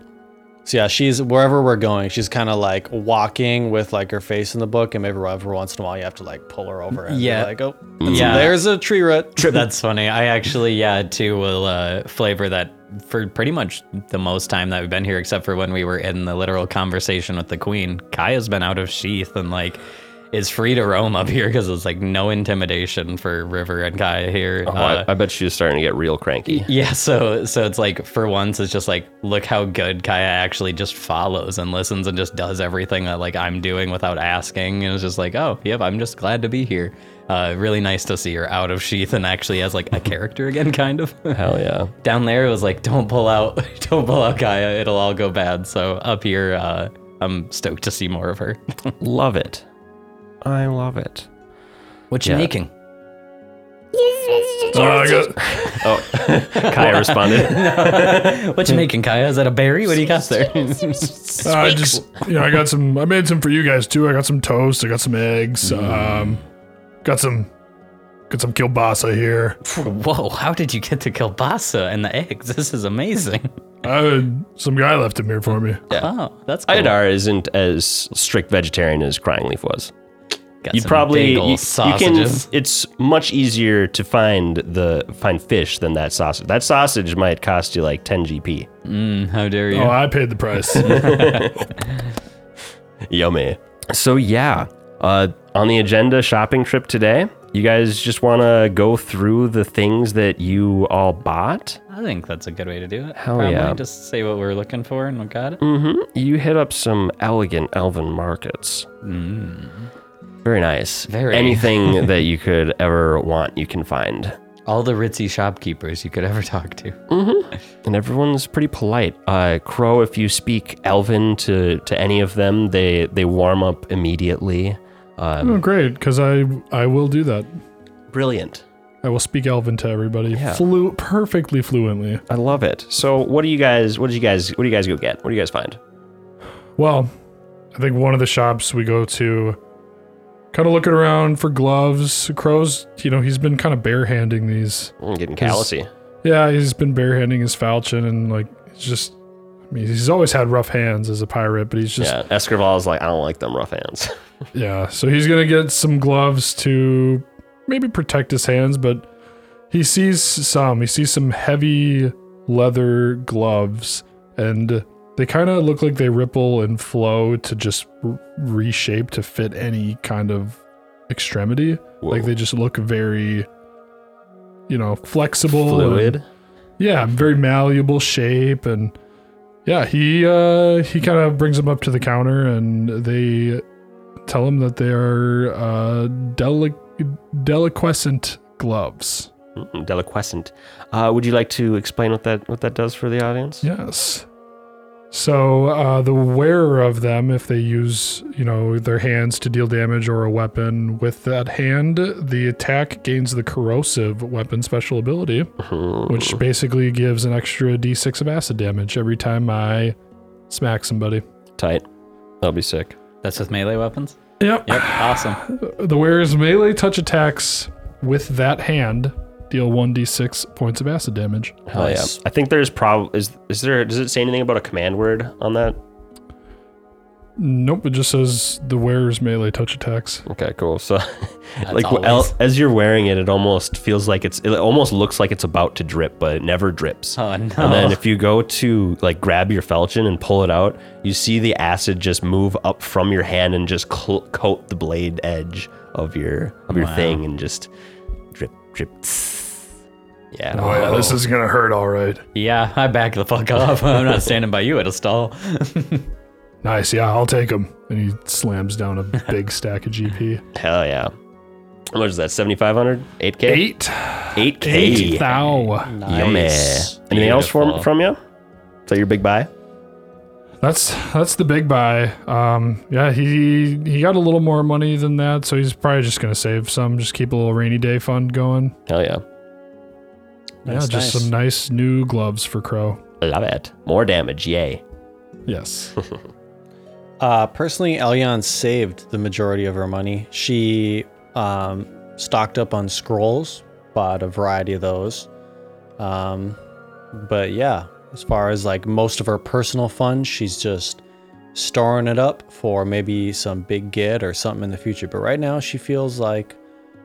D: so yeah, she's wherever we're going. She's kind of like walking with like her face in the book, and maybe every once in a while you have to like pull her over and be
C: Yeah.
D: like, oh,
C: Yeah.
D: there's a tree root.
C: That's funny. I actually, yeah, too, will uh, flavor that for pretty much the most time that we've been here, except for when we were in the literal conversation with the queen. Kaya's been out of sheath and like is free to roam up here because it's like no intimidation for River and Kaya here. Uh,
A: Oh, I, I bet she was starting to get real cranky.
C: yeah, so so it's like for once it's just like look how good Kaya actually just follows and listens and just does everything that like I'm doing without asking and it's just like oh yep I'm just glad to be here. Uh, really nice to see her out of sheath and actually as like a character again, kind of.
A: Hell yeah.
C: Down there it was like don't pull out, don't pull out Kaya, it'll all go bad. So up here, uh, I'm stoked to see more of her.
A: Love it. I love it.
C: What
A: you
C: making?
B: Uh, I got-
A: Oh, Kaya responded.
C: What you making, Kaya? Is that a berry? What do you got there?
B: Uh, I just, you know, I got some. I made some for you guys too. I got some toast. I got some eggs. Um, got some, got some kielbasa here.
C: Whoa, how did you get the kielbasa and the eggs? This is amazing.
B: Uh, some guy left them here for me.
C: Oh, that's cool.
A: Iodar isn't as strict vegetarian as Cryingleaf was.
C: Got
A: You
C: some
A: probably
C: big
A: you,
C: ol'
A: you can.
C: sausages.
A: It's much easier to find the find fish than that sausage. That sausage might cost you like 10 GP.
C: Mm, how dare you?
B: Oh, I paid the price.
A: Yummy. So yeah, uh, on the agenda, shopping trip today. You guys just want to go through the things that you all bought.
C: I think that's a good way to do it.
A: Hell
C: Probably
A: yeah.
C: Just say what we're looking for and we got it.
B: Mm.
A: Mm-hmm. You hit up some elegant elven markets. Very nice.
C: Very.
A: Anything that you could ever want, you can find.
C: All the ritzy shopkeepers you could ever talk to.
A: And everyone's pretty polite. Uh, Crow, if you speak Elven to, to any of them, they, they warm up immediately. Um,
B: oh, great, because I, I will do that.
A: Brilliant.
B: I will speak Elven to everybody.
A: Yeah.
B: Flu perfectly fluently.
A: I love it. So, what do you guys? What did you guys? What do you guys go get? What do you guys find?
B: Well, I think one of the shops we go to, kind of looking around for gloves. Crow's, you know, he's been kind of barehanding these.
A: I'm getting callousy.
B: Yeah, he's been barehanding his falchion and like it's just. I mean, he's always had rough hands as a pirate, but he's just
A: Yeah, Escrival's like, I don't like them rough hands.
B: Yeah, so he's gonna get some gloves to maybe protect his hands, but he sees some. He sees some heavy leather gloves, and they kind of look like they ripple and flow to just r- reshape to fit any kind of extremity. Like they just look very, you know, flexible, and-
A: fluid.
B: yeah, very malleable shape and yeah, he uh he kind of brings them up to the counter and they tell him that they are uh delic- deliquescent gloves.
A: Mm, Deliquescent. Uh, would you like to explain what that what that does for the audience?
B: Yes. So uh, the wearer of them, if they use you know their hands to deal damage or a weapon with that hand, the attack gains the corrosive weapon special ability,
A: Mm-hmm.
B: which basically gives an extra d6 of acid damage every time I smack somebody.
A: Tight. That'll be sick.
C: That's with melee weapons?
B: Yep.
C: Yep, awesome.
B: The wearer's melee touch attacks with that hand deal 1d6 points of acid damage.
A: Hell
C: Nice.
A: Oh, yeah. I think there's probably is is there does it say anything about a command word on that?
B: Nope, it just says the wearer's melee touch attacks.
A: Okay, cool. So, like well,
C: always-
A: as you're wearing it, it almost feels like it's it almost looks like it's about to drip, but it never drips.
C: Oh,
A: And
C: no.
A: then if you go to like grab your falchion and pull it out, you see the acid just move up from your hand and just cl- coat the blade edge of your of your thing and just drip drip. tss. Yeah.
B: Oh, yeah, this is gonna hurt all right.
C: Yeah, I back the fuck off. I'm not standing by you at a stall.
B: Nice, yeah, I'll take him. And he slams down a big stack of GP.
A: Hell yeah. How much is that? 7500? 8k?
B: Eight,
A: 8k.
B: eight thou.
A: Yummy.
C: Nice.
A: Anything else from
C: Beautiful.
A: from you? Is that your big buy?
B: That's that's the big buy. Um, yeah, he he got a little more money than that, so he's probably just gonna save some, just keep a little rainy day fund going.
A: Hell yeah.
B: yeah, just some nice new gloves for Crow.
A: Love it. More damage. Yay.
B: Yes.
D: Uh, personally, Elyon saved the majority of her money. She um, stocked up on scrolls, bought a variety of those. Um, but yeah, as far as like most of her personal funds, she's just storing it up for maybe some big get or something in the future. But right now, she feels like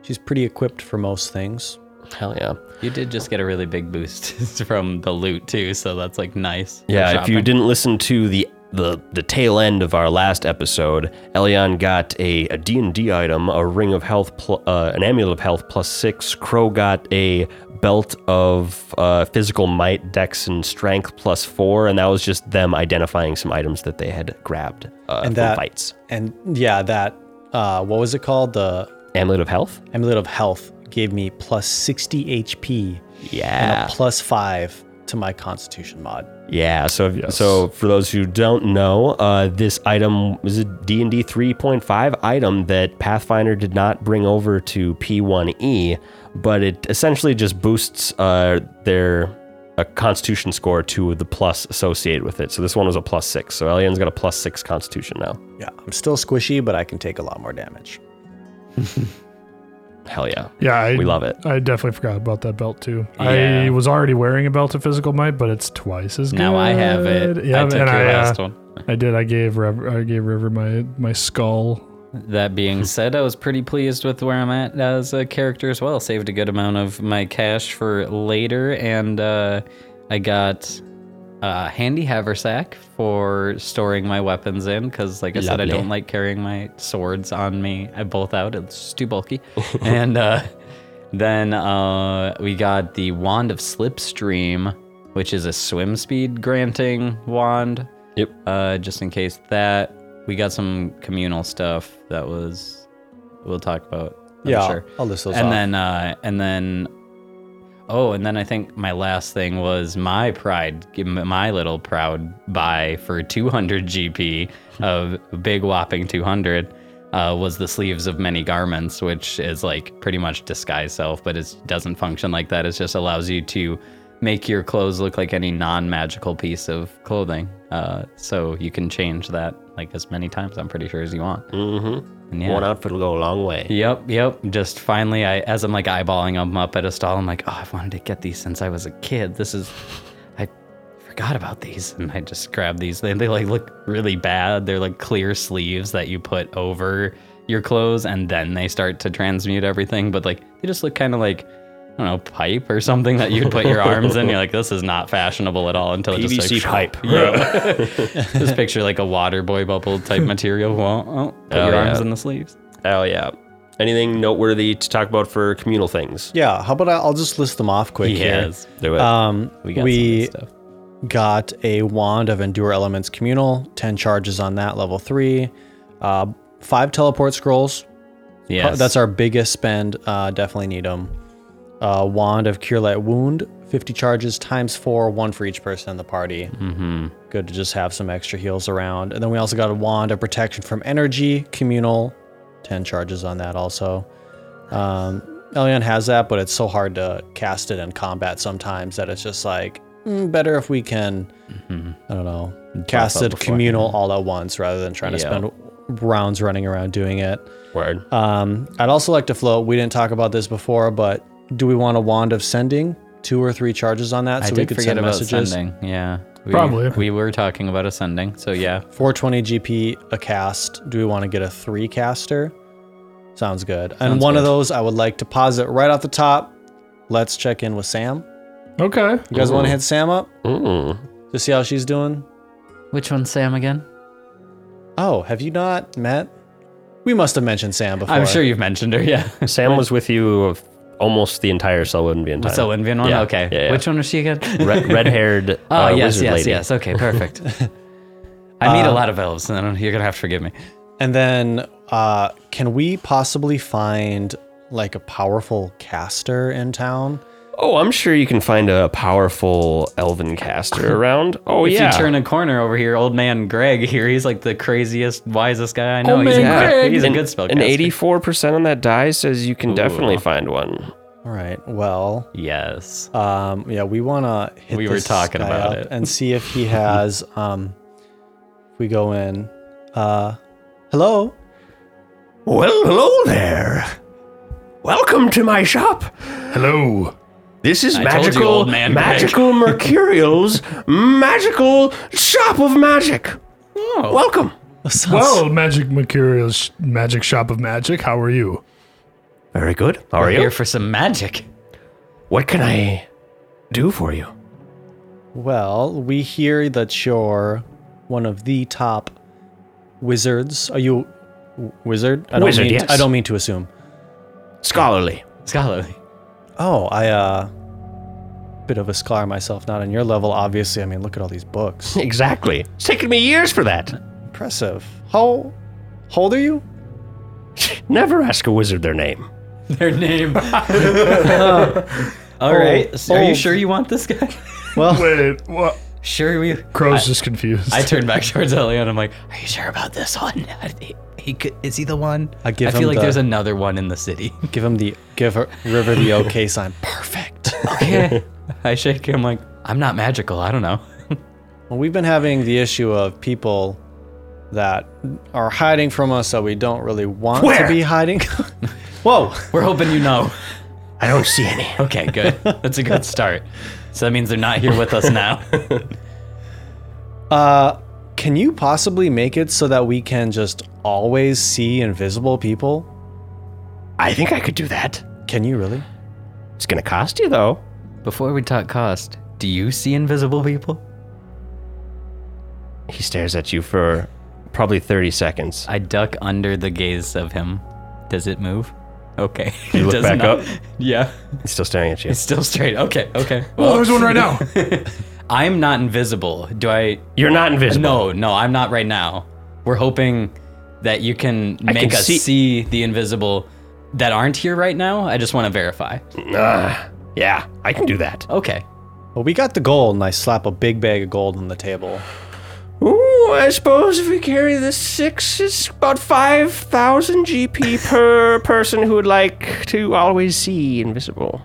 D: she's pretty equipped for most things.
A: Hell yeah.
C: You did just get a really big boost from the loot too, so that's like nice. for
A: Yeah, if you
C: shopping.
A: didn't listen to the the the tail end of our last episode, Elyon got a, a D&D item, a ring of health, pl- uh, an amulet of health plus six. Crow got a belt of uh, physical might, dex, and strength plus four, and that was just them identifying some items that they had grabbed uh, from
D: And that-
A: fights.
D: And yeah, that, uh, what was it called? The
A: Amulet of health?
D: Amulet of Health gave me plus 60 HP
A: Yeah.
D: and a plus five to my Constitution mod.
A: Yeah. So, so for those who don't know, uh, this item was a D and D three point five item that Pathfinder did not bring over to P one E, but it essentially just boosts uh, their a Constitution score to the plus associated with it. So this one was a plus six. So Elian's got a plus six Constitution now.
D: Yeah, I'm still squishy, but I can take a lot more damage.
A: Hell yeah.
B: Yeah, I,
A: We love it.
B: I definitely forgot about that belt too. I
C: Yeah.
B: was already wearing a belt of physical might, but it's twice as good.
C: Now I have it.
B: Yeah,
C: I took
B: and
C: your
B: I, uh,
C: last one.
B: I did. I gave River, I gave River my my skull.
C: That being said, I was pretty pleased with where I'm at as a character as well. Saved a good amount of my cash for later, and uh, I got a uh, handy haversack for storing my weapons in because, like I said, I
A: Lovely.
C: don't like carrying my swords on me. I both out; it's too bulky. and uh, then uh, we got the wand of slipstream, which is a swim speed granting wand
A: Yep.
C: uh, just in case that we got some communal stuff that was we'll talk about. I'm
D: yeah,
C: sure.
D: I'll list those
C: and
D: off.
C: then uh, and then oh, and then I think my last thing was my pride, my little proud buy for 200 GP of big whopping 200. uh, was the sleeves of many garments, which is like pretty much disguise self, but it doesn't function like that. It just allows you to make your clothes look like any non-magical piece of clothing. Uh, so you can change that like as many times, I'm pretty sure, as you want. Mm-hmm. And yeah.
A: One outfit will go a long way.
C: Yep, yep. Just finally, I as I'm like eyeballing them up at a stall, I'm like, oh, I've wanted to get these since I was a kid. This is, I forgot about these, and I just grabbed these. They they like look really bad. They're like clear sleeves that you put over your clothes, and then they start to transmute everything. But like they just look kind of like. I don't know, pipe or something that you'd put your arms in. You're like, this is not fashionable at all until it just like,
A: PVC pipe.
C: Yeah. just picture like a water boy bubble type material. Well, oh, put
A: Oh,
C: your
A: yeah.
C: arms in the sleeves.
A: Oh yeah. Anything noteworthy to talk about for communal things?
D: Yeah, how about I, I'll just list them off quick
C: He
D: here.
C: has.
A: Do it.
D: Um,
C: We
D: we
C: got we, some good stuff.
D: got a wand of Endure Elements Communal, 10 charges on that, level 3, uh, 5 teleport scrolls. Pro-
C: Yes.
D: That's our biggest spend. Uh, definitely need them. Uh, wand of Cure Light Wound, 50 charges times 4, one for each person in the party. Mm-hmm. Good to just have some extra heals around. And then we also got a Wand of Protection from Energy Communal, 10 charges on that also. Um, Elion has that, but it's so hard to cast it in combat sometimes that it's just like mm, better if we can,
C: Mm-hmm.
D: I don't know, cast
C: up
D: it
C: beforehand.
D: communal all at once rather than trying to
C: Yeah.
D: spend rounds running around doing it.
A: Word.
D: Um, I'd also like to float. We didn't talk about this before, but do we want a wand of sending? Two or three charges on that,
C: I
D: so we
C: did
D: could
C: forget
D: send
C: about
D: messages.
C: sending. Yeah. We,
B: Probably.
C: We were talking about ascending. So yeah.
D: 420 GP a cast. Do we want to get a three caster? Sounds good. and
C: Sounds
D: one of
C: good.
D: those I would like to posit right off the top. Let's check in with Sam.
B: Okay.
D: You guys want to hit Sam up
A: Mm.
D: to see how she's doing?
C: Which one's Sam again?
D: Oh, have you not met? We must have mentioned Sam before.
C: I'm sure you've mentioned her. Yeah.
A: Sam was with you of almost the entire Selwyn Bean time.
C: What's the Olympian one?
A: Yeah,
C: Okay.
A: yeah, yeah.
C: Which one was she again?
A: Red, red-haired.
C: Oh
A: uh,
C: yes,
A: wizard
C: yes,
A: lady.
C: yes. Okay, perfect. Uh, I meet a lot of elves, and I don't, you're gonna have to forgive me.
D: And then, uh, can we possibly find like a powerful caster in town?
A: Oh, I'm sure you can find a powerful elven caster around. Oh
C: If
A: yeah.
C: you turn a corner over here, old man Greg here, he's like the craziest, wisest guy I know.
A: Oh,
C: he's,
A: man,
C: a good,
A: Greg.
C: he's a
A: An-
C: good spellcaster.
A: An eighty-four percent on that die says you can definitely find one.
D: All right. Well,
C: Yes.
D: Um, yeah, we want to hit
C: We were
D: this
C: talking
D: guy
C: about
D: up
C: it.
D: and see if he has. um, if we go in. Uh, hello.
A: Well, hello there. Welcome to my shop.
B: Hello.
A: This is
C: told you,
A: magical,
C: old man
A: magical Mercurial's magical shop of magic.
C: Oh.
A: Welcome.
B: Well, Magic Mercurial's Magic Shop of Magic. How are you?
A: Very good. How are
C: We're here
A: you?
C: for some magic.
A: What can I do for you?
D: Well, we hear that you're one of the top wizards. Are you w- wizard? I don't
A: Wizard,
D: mean
A: yes.
D: I don't mean to assume.
A: Scholarly.
C: Scholarly.
D: Oh, I uh, bit of a scholar myself, not on your level, obviously. I mean, look at all these books.
A: Exactly. It's taken me years for that.
D: Impressive. How, how old are you?
A: Never ask a wizard their name.
C: Their name. All right. Are you
D: old.
C: sure you want this guy?
B: Wait, what?
C: sure we.
B: Crow's just confused.
C: I turn back towards Elliot. I'm like, Are you sure about this one? He, he could, is he the one?
D: I give
C: I feel
D: him
C: like
D: the-
C: there's another one in the city.
D: Give him the give her, River the okay sign. Perfect.
C: okay. I shake him like, I'm not magical. I don't know.
D: Well, we've been having the issue of people that are hiding from us that we don't really want
A: Where?
D: to be hiding. Whoa!
C: We're hoping you know.
A: I don't see any.
C: Okay, good. That's a good start. So that means they're not here with us now.
D: Uh, can you possibly make it so that we can just always see invisible people?
A: I think I could do that.
D: Can you really?
A: It's gonna cost you though.
C: Before we talk cost, do you see invisible people?
A: He stares at you for probably 30 seconds.
C: I duck under the gaze of him. Does it move? Okay.
A: You
C: It
A: look
C: does
A: back
C: not.
A: up?
C: Yeah.
A: He's still staring at you.
C: It's still straight. Okay, okay.
B: oh,
C: Well,
B: there's one right now.
C: I'm not invisible. Do I
A: You're not invisible.
C: No, no, I'm not right now. We're hoping that you can
A: I
C: make
A: can
C: us
A: see-
C: see the invisible that aren't here right now. I just want to verify.
A: Ah, yeah, I can do that.
C: Okay.
D: Well, we got the gold, and I slap a big bag of gold on the table.
A: Ooh, Well, I suppose if we carry the six, it's about 5,000 GP per person who would like to always see invisible.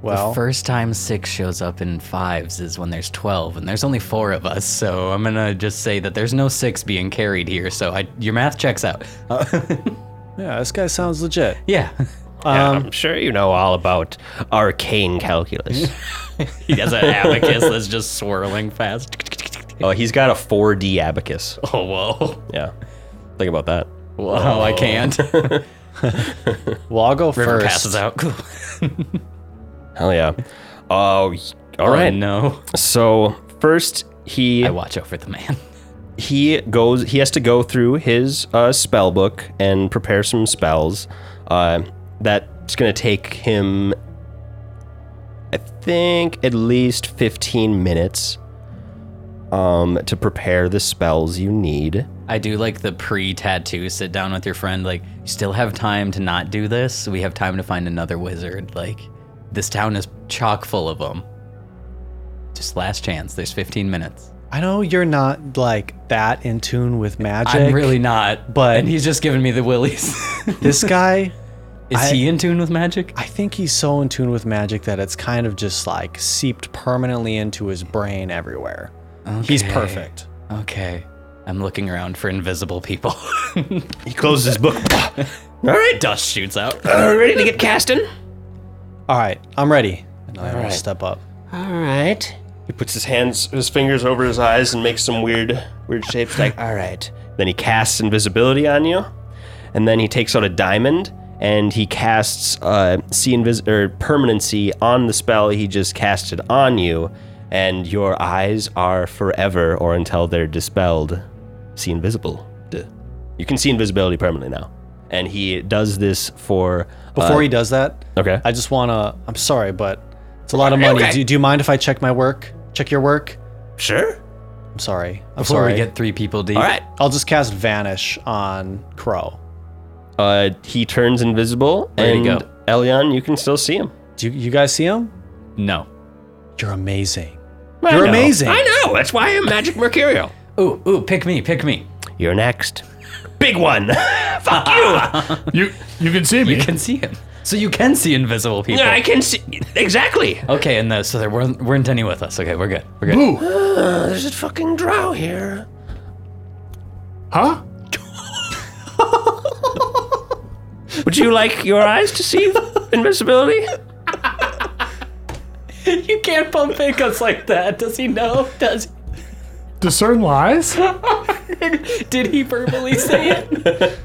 D: Well,
C: The first time six shows up in fives is when there's 12, and there's only four of us, so I'm gonna just say that there's no six being carried here, so I, your math checks out.
D: yeah, this guy sounds legit.
C: yeah.
A: Yeah,
C: Um,
A: I'm sure you know all about arcane calculus.
C: He has an abacus that's just swirling fast.
A: oh, he's got a 4D abacus.
C: Oh, whoa.
A: Yeah. Think about that.
C: Whoa, I can't.
D: Well, I'll go
C: River
D: first.
C: passes out. All
A: Hell yeah. Oh, y- all right.
C: no.
A: So, first, he.
C: I watch over the man.
A: he goes he has to go through his uh, spell book and prepare some spells uh, that's going to take him i think at least 15 minutes um, to prepare the spells you need
C: I do like the pre tattoo sit down with your friend, like, you still have time to not do this. We have time to find another wizard. Like, this town is chock full of them. Just last chance. There's 15 minutes.
D: I know you're not like that in tune with magic.
C: I'm really not,
D: but-
C: but. And he's just giving me the willies.
D: This guy,
C: is
D: I-
C: he in tune with magic?
D: I think he's so in tune with magic that it's kind of just like seeped permanently into his brain everywhere. He's
C: Okay.
D: perfect.
C: Okay. I'm looking around for invisible people.
A: he closes his book all right
C: Dust shoots out.
A: uh, ready to get casting
D: All right, I'm ready. And I'm gonna step up.
A: all right he puts his hands his fingers over his eyes and makes some weird weird shapes like all right then he casts invisibility on you and then he takes out a diamond and he casts uh, see invis- or permanency on the spell he just casted on you, and your eyes are forever or until they're dispelled. See invisible. Duh. You can see invisibility permanently now, and he does this for uh,
D: Before
C: Uh,
D: he does that,
A: okay.
D: I just wanna. I'm sorry, but it's a lot of money.
A: Okay.
D: Do, do you mind if I check my work? Check your work?
A: sure.
D: I'm sorry. I'm
C: Before
D: sorry.
C: we get three people deep.
A: All right.
D: I'll just cast Vanish on Crow.
A: Uh, he turns invisible,
C: Where'd
A: and
C: he go?
A: Elyon, you can still see him.
D: Do you, you guys see him?
C: No.
D: You're amazing.
A: I
D: You're
A: know.
D: amazing.
A: I know. That's why I'm Magic Mercurial.
C: Ooh, ooh, pick me, pick me.
A: You're next. Big one. Fuck you.
B: You you can see me.
C: You can see him. So you can see invisible people.
A: Yeah, I can see exactly.
C: Okay, and the, so there weren't, weren't any with us. Okay, we're good. We're good.
B: Ooh,
A: Uh, There's a fucking drow here.
B: huh?
A: Would you like your eyes to see invisibility?
C: You can't bump pick us like that. Does he know? Does
B: Discern lies?
C: did he verbally say it?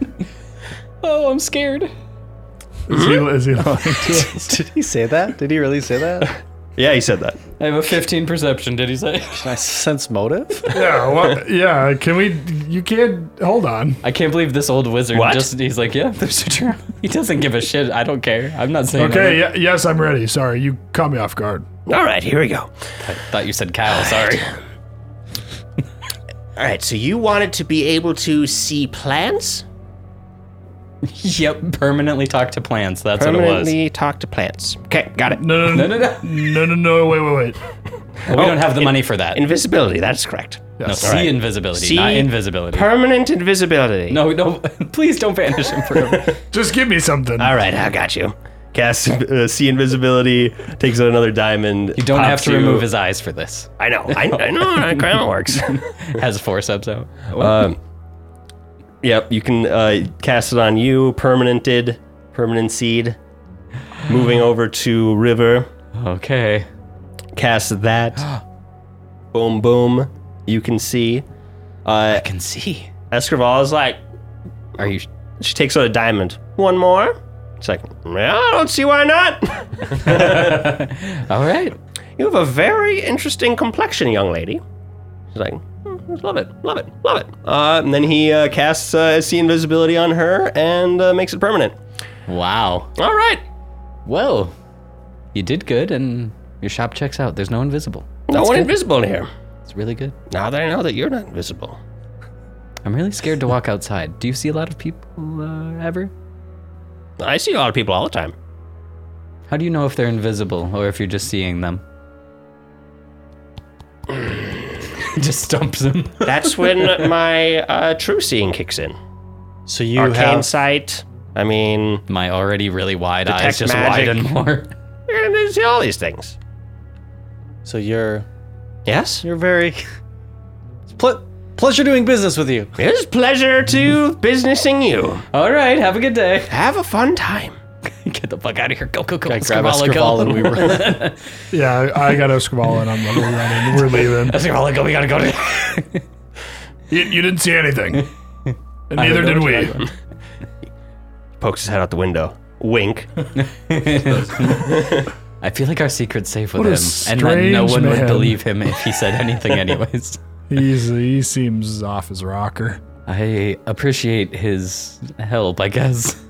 C: oh, I'm scared.
B: Is he, is he lying to us?
D: Did he say that? Did he really say that?
A: Yeah, he said that.
C: I have a 15 perception. Did he say?
D: Can I sense motive?
B: Yeah, well, yeah. Can we? You can't. Hold on.
C: I can't believe this old wizard
A: What?
C: just he's like, yeah, there's a trap. He doesn't give a shit. I don't care. I'm not saying.
B: Okay. Yeah, yes, I'm ready. Sorry, you caught me off guard.
A: All right, here we go.
C: I thought you said Kyle. Sorry.
A: All right, so you wanted to be able to see plants?
C: yep. Permanently talk to plants. That's what it was.
A: Permanently talk to plants. Okay, got it.
B: No, no, no,
C: No, no, no.
B: no, no, no. Wait, wait, wait.
C: Well,
A: Oh,
C: we don't have the money for that.
A: Invisibility, that's correct.
C: no, see
A: right.
C: invisibility,
A: See
C: not invisibility.
A: Permanent invisibility.
C: no, no. Please don't banish him forever.
B: Just give me something.
A: All right, I got you. Cast uh, see invisibility, takes out another diamond.
C: you don't have to remove his eyes for this.
A: I know. I, I know how it works.
C: Has forceps out.
A: Yep, you can uh, cast it on you, permanented, permanent seed. Moving over to river,
C: Okay.
A: cast that. boom, boom. You can see. Uh,
C: I can see.
A: Escrival is like,
C: Are you?
A: she takes out a diamond. One more. It's like, yeah, I don't see why not.
C: All right.
A: you have a very interesting complexion, young lady. She's like, "Hmm, just love it, love it, love it. Uh, and then he uh, casts uh, see invisibility on her and uh, makes it permanent.
C: Wow.
A: All right.
C: Well, you did good, and your shop checks out. There's no invisible.
A: No one invisible in here.
C: It's really good.
A: Now that I know that you're not invisible.
C: I'm really scared to walk outside. Do you see a lot of people uh, ever?
A: I see a lot of people all the time.
C: How do you know if they're invisible or if you're just seeing them? just stumps him.
A: That's when my uh, true seeing kicks in.
D: So you
A: Arcane
D: have
A: sight. I mean,
C: My already really wide eyes
A: Detect
C: just
A: magic.
C: widen more.
A: you're gonna see all these things.
D: so you're
A: Yes.
D: you're very It's ple- pleasure doing business with you.
A: It is pleasure to businessing you.
C: All right, have a good day.
A: Have a fun time.
C: Get the fuck out of here. Go, go, go.
D: I grab a
C: Scavala,
D: Scavala
C: go.
D: and we run.
B: Yeah, I, I got a squall and I'm we're running. We're leaving.
C: Scavala, go. We gotta go. To-
B: You, you didn't see anything. And neither did we.
A: Pokes his head out the window. Wink.
C: I feel like our secret's safe with
B: What a
C: him, and that no
B: strange
C: one would
B: man.
C: believe him if he said anything, anyways.
B: He's, he seems off his rocker.
C: I appreciate his help, I guess.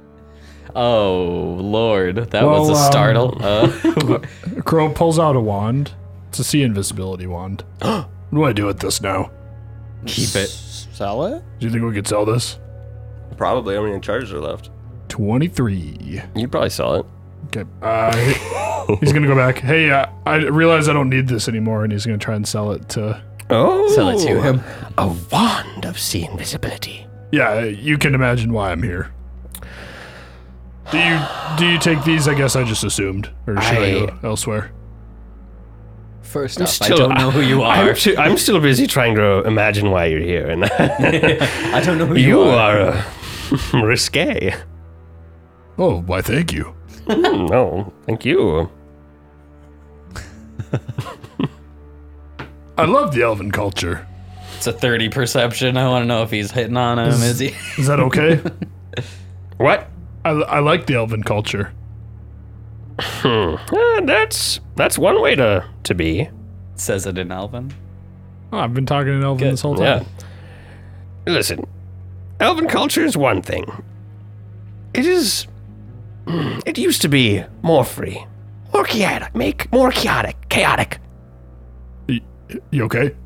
C: oh lord, that was
B: Well,
C: a
B: um,
C: startle. Uh,
B: Crow pulls out a wand. It's a sea invisibility wand. what do I do with this now?
C: keep it.
D: Sell it?
B: Do you think we could sell this?
A: Probably. How many charges are left?
B: 23.
A: You'd probably sell it.
B: Okay. Uh, he- he's going to go back. Hey, uh, I realize I don't need this anymore. And he's going to try and sell it to.
A: Oh.
C: Sell it to him.
A: A wand of sea invisibility.
B: Yeah, you can imagine why I'm here. Do you do you take these? I guess I just assumed, or should I,
A: I-
B: go elsewhere?
C: First off, I
A: still-
C: don't know who you
A: I'm,
C: are.
A: too, I'm still busy trying to imagine why you're here, and
C: I don't know who
A: you are uh, risque.
B: Oh, why? Thank you.
A: No, thank you.
B: I love the elven culture.
C: It's a thirty perception. I want to know if he's hitting on him. Is he?
B: Is that okay?
A: What?
B: I, I like the elven culture.
A: Uh, that's that's one way to to be.
C: Says it in Alvin.
B: Oh, I've been talking in elven
C: Good.
B: this whole
A: Yeah.
B: time.
A: Listen, elven culture is one thing. It is. hmm, It used to be more free, more chaotic, make more chaotic, chaotic.
B: Y- You okay?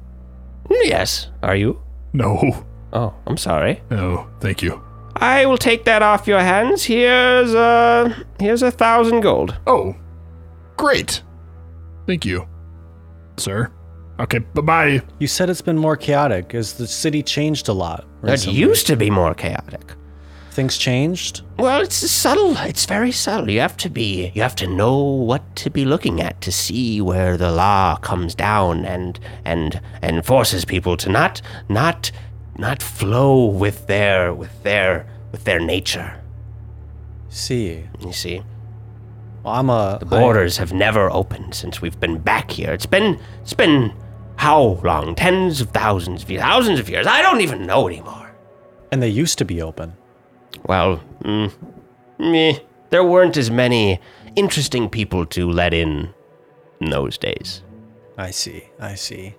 A: Yes. Are you?
B: No.
A: Oh, I'm sorry.
B: No, thank you.
A: I will take that off your hands. Here's a here's a thousand gold.
B: Oh, great. Thank you, sir. Okay, bye bye.
D: You said it's been more chaotic as the city changed a lot.
A: It
D: recently.
A: used to be more chaotic.
D: Things changed?
A: Well, it's subtle. It's very subtle. You have to be. You have to know what to be looking at to see where the law comes down and and and forces people to not not not flow with their with their with their nature.
D: See.
A: You see,
D: Well, I'm a
A: borders have never opened since we've been back here. It's been it's been how long? Tens of thousands of years, thousands of years. I don't even know anymore.
D: and they used to be open.
A: Well, mm, meh. There weren't as many interesting people to let in in those days.
D: I see. I see.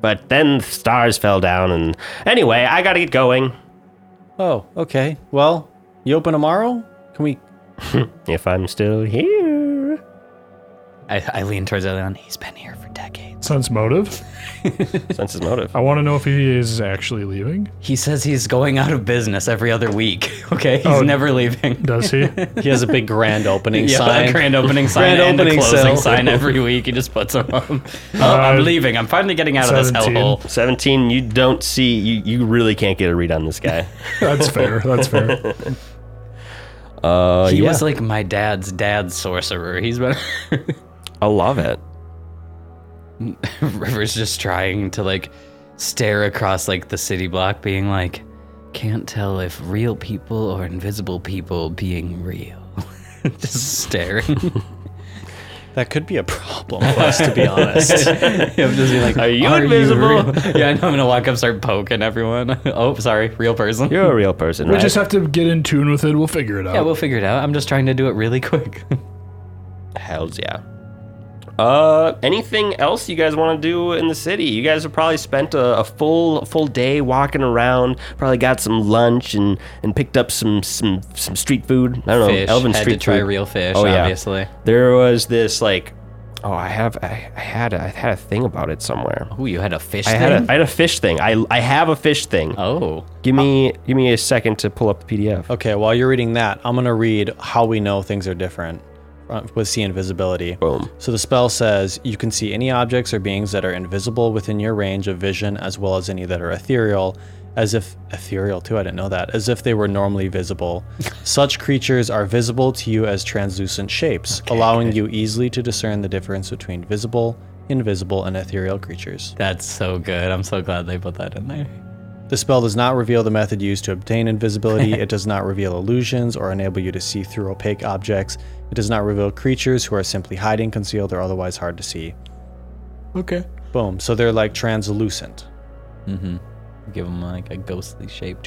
A: But then the stars fell down, and anyway, I gotta get going.
D: Oh, okay. Well, you open tomorrow? Can we
A: If I'm still here.
C: I, I lean towards Elion. He's been here for decades.
B: Sense motive.
A: Sense his motive.
B: I want to know if he is actually leaving.
C: He says he's going out of business every other week. Okay, he's
B: Oh.
C: never leaving.
B: Does he?
D: He has a big grand opening
C: Yeah,
D: sign.
C: grand opening sign and
D: Grand opening
C: a closing
D: sale.
C: sign every week. He just puts them up. Oh, I'm leaving. I'm finally getting out of this
B: 17.
C: hellhole.
A: 17, you don't see, you, you really can't get a read on this guy.
B: That's fair. That's fair.
A: Uh,
C: He was like my dad's dad's sorcerer. He's been
A: I love it.
C: River's just trying to like stare across like the city block, being like, can't tell if real people or invisible people being real. just staring.
D: That could be a problem for us, to be honest.
C: I'm just being like, are
A: you invisible?"
C: real?" yeah, I know. I'm gonna walk up, start poking everyone. oh, sorry, real person.
A: You're a real person,
B: We
A: right?
B: just have to get in tune with it. We'll figure it out.
C: yeah, we'll figure it out. I'm just trying to do it really quick.
A: Hells yeah. Uh, anything else you guys want to do in the city? You guys have probably spent a, a full a full day walking around. Probably got some lunch and and picked up some some some street food. I don't
C: fish.
A: know, Oh, Elven
C: Had
A: street
C: to try
A: food.
C: real fish,
A: Oh, yeah.
C: obviously.
A: There was this like, oh, I have I, I had a, I had a thing about it somewhere.
C: Ooh, you had a fish
A: I
C: thing?
A: had a, I had a fish thing. I I have a fish thing.
C: oh.
A: Give me give me a second to pull up the PDF.
D: Okay, while you're reading that, I'm going to read how we know things are different. uh, with see invisibility.
A: Boom.
D: So the spell says you can see any objects or beings that are invisible within your range of vision, as well as any that are ethereal, as if ethereal too. I didn't know that. As if they were normally visible. Such creatures are visible to you as translucent shapes, allowing you easily to discern the difference between visible, invisible, and ethereal creatures.
C: That's so good. I'm so glad they put that in there.
D: The spell does not reveal the method used to obtain invisibility. it does not reveal illusions or enable you to see through opaque objects. It does not reveal creatures who are simply hiding, concealed, or otherwise hard to see.
C: Okay.
D: Boom. So they're like translucent.
C: Mm-hmm. Give them like a ghostly shape.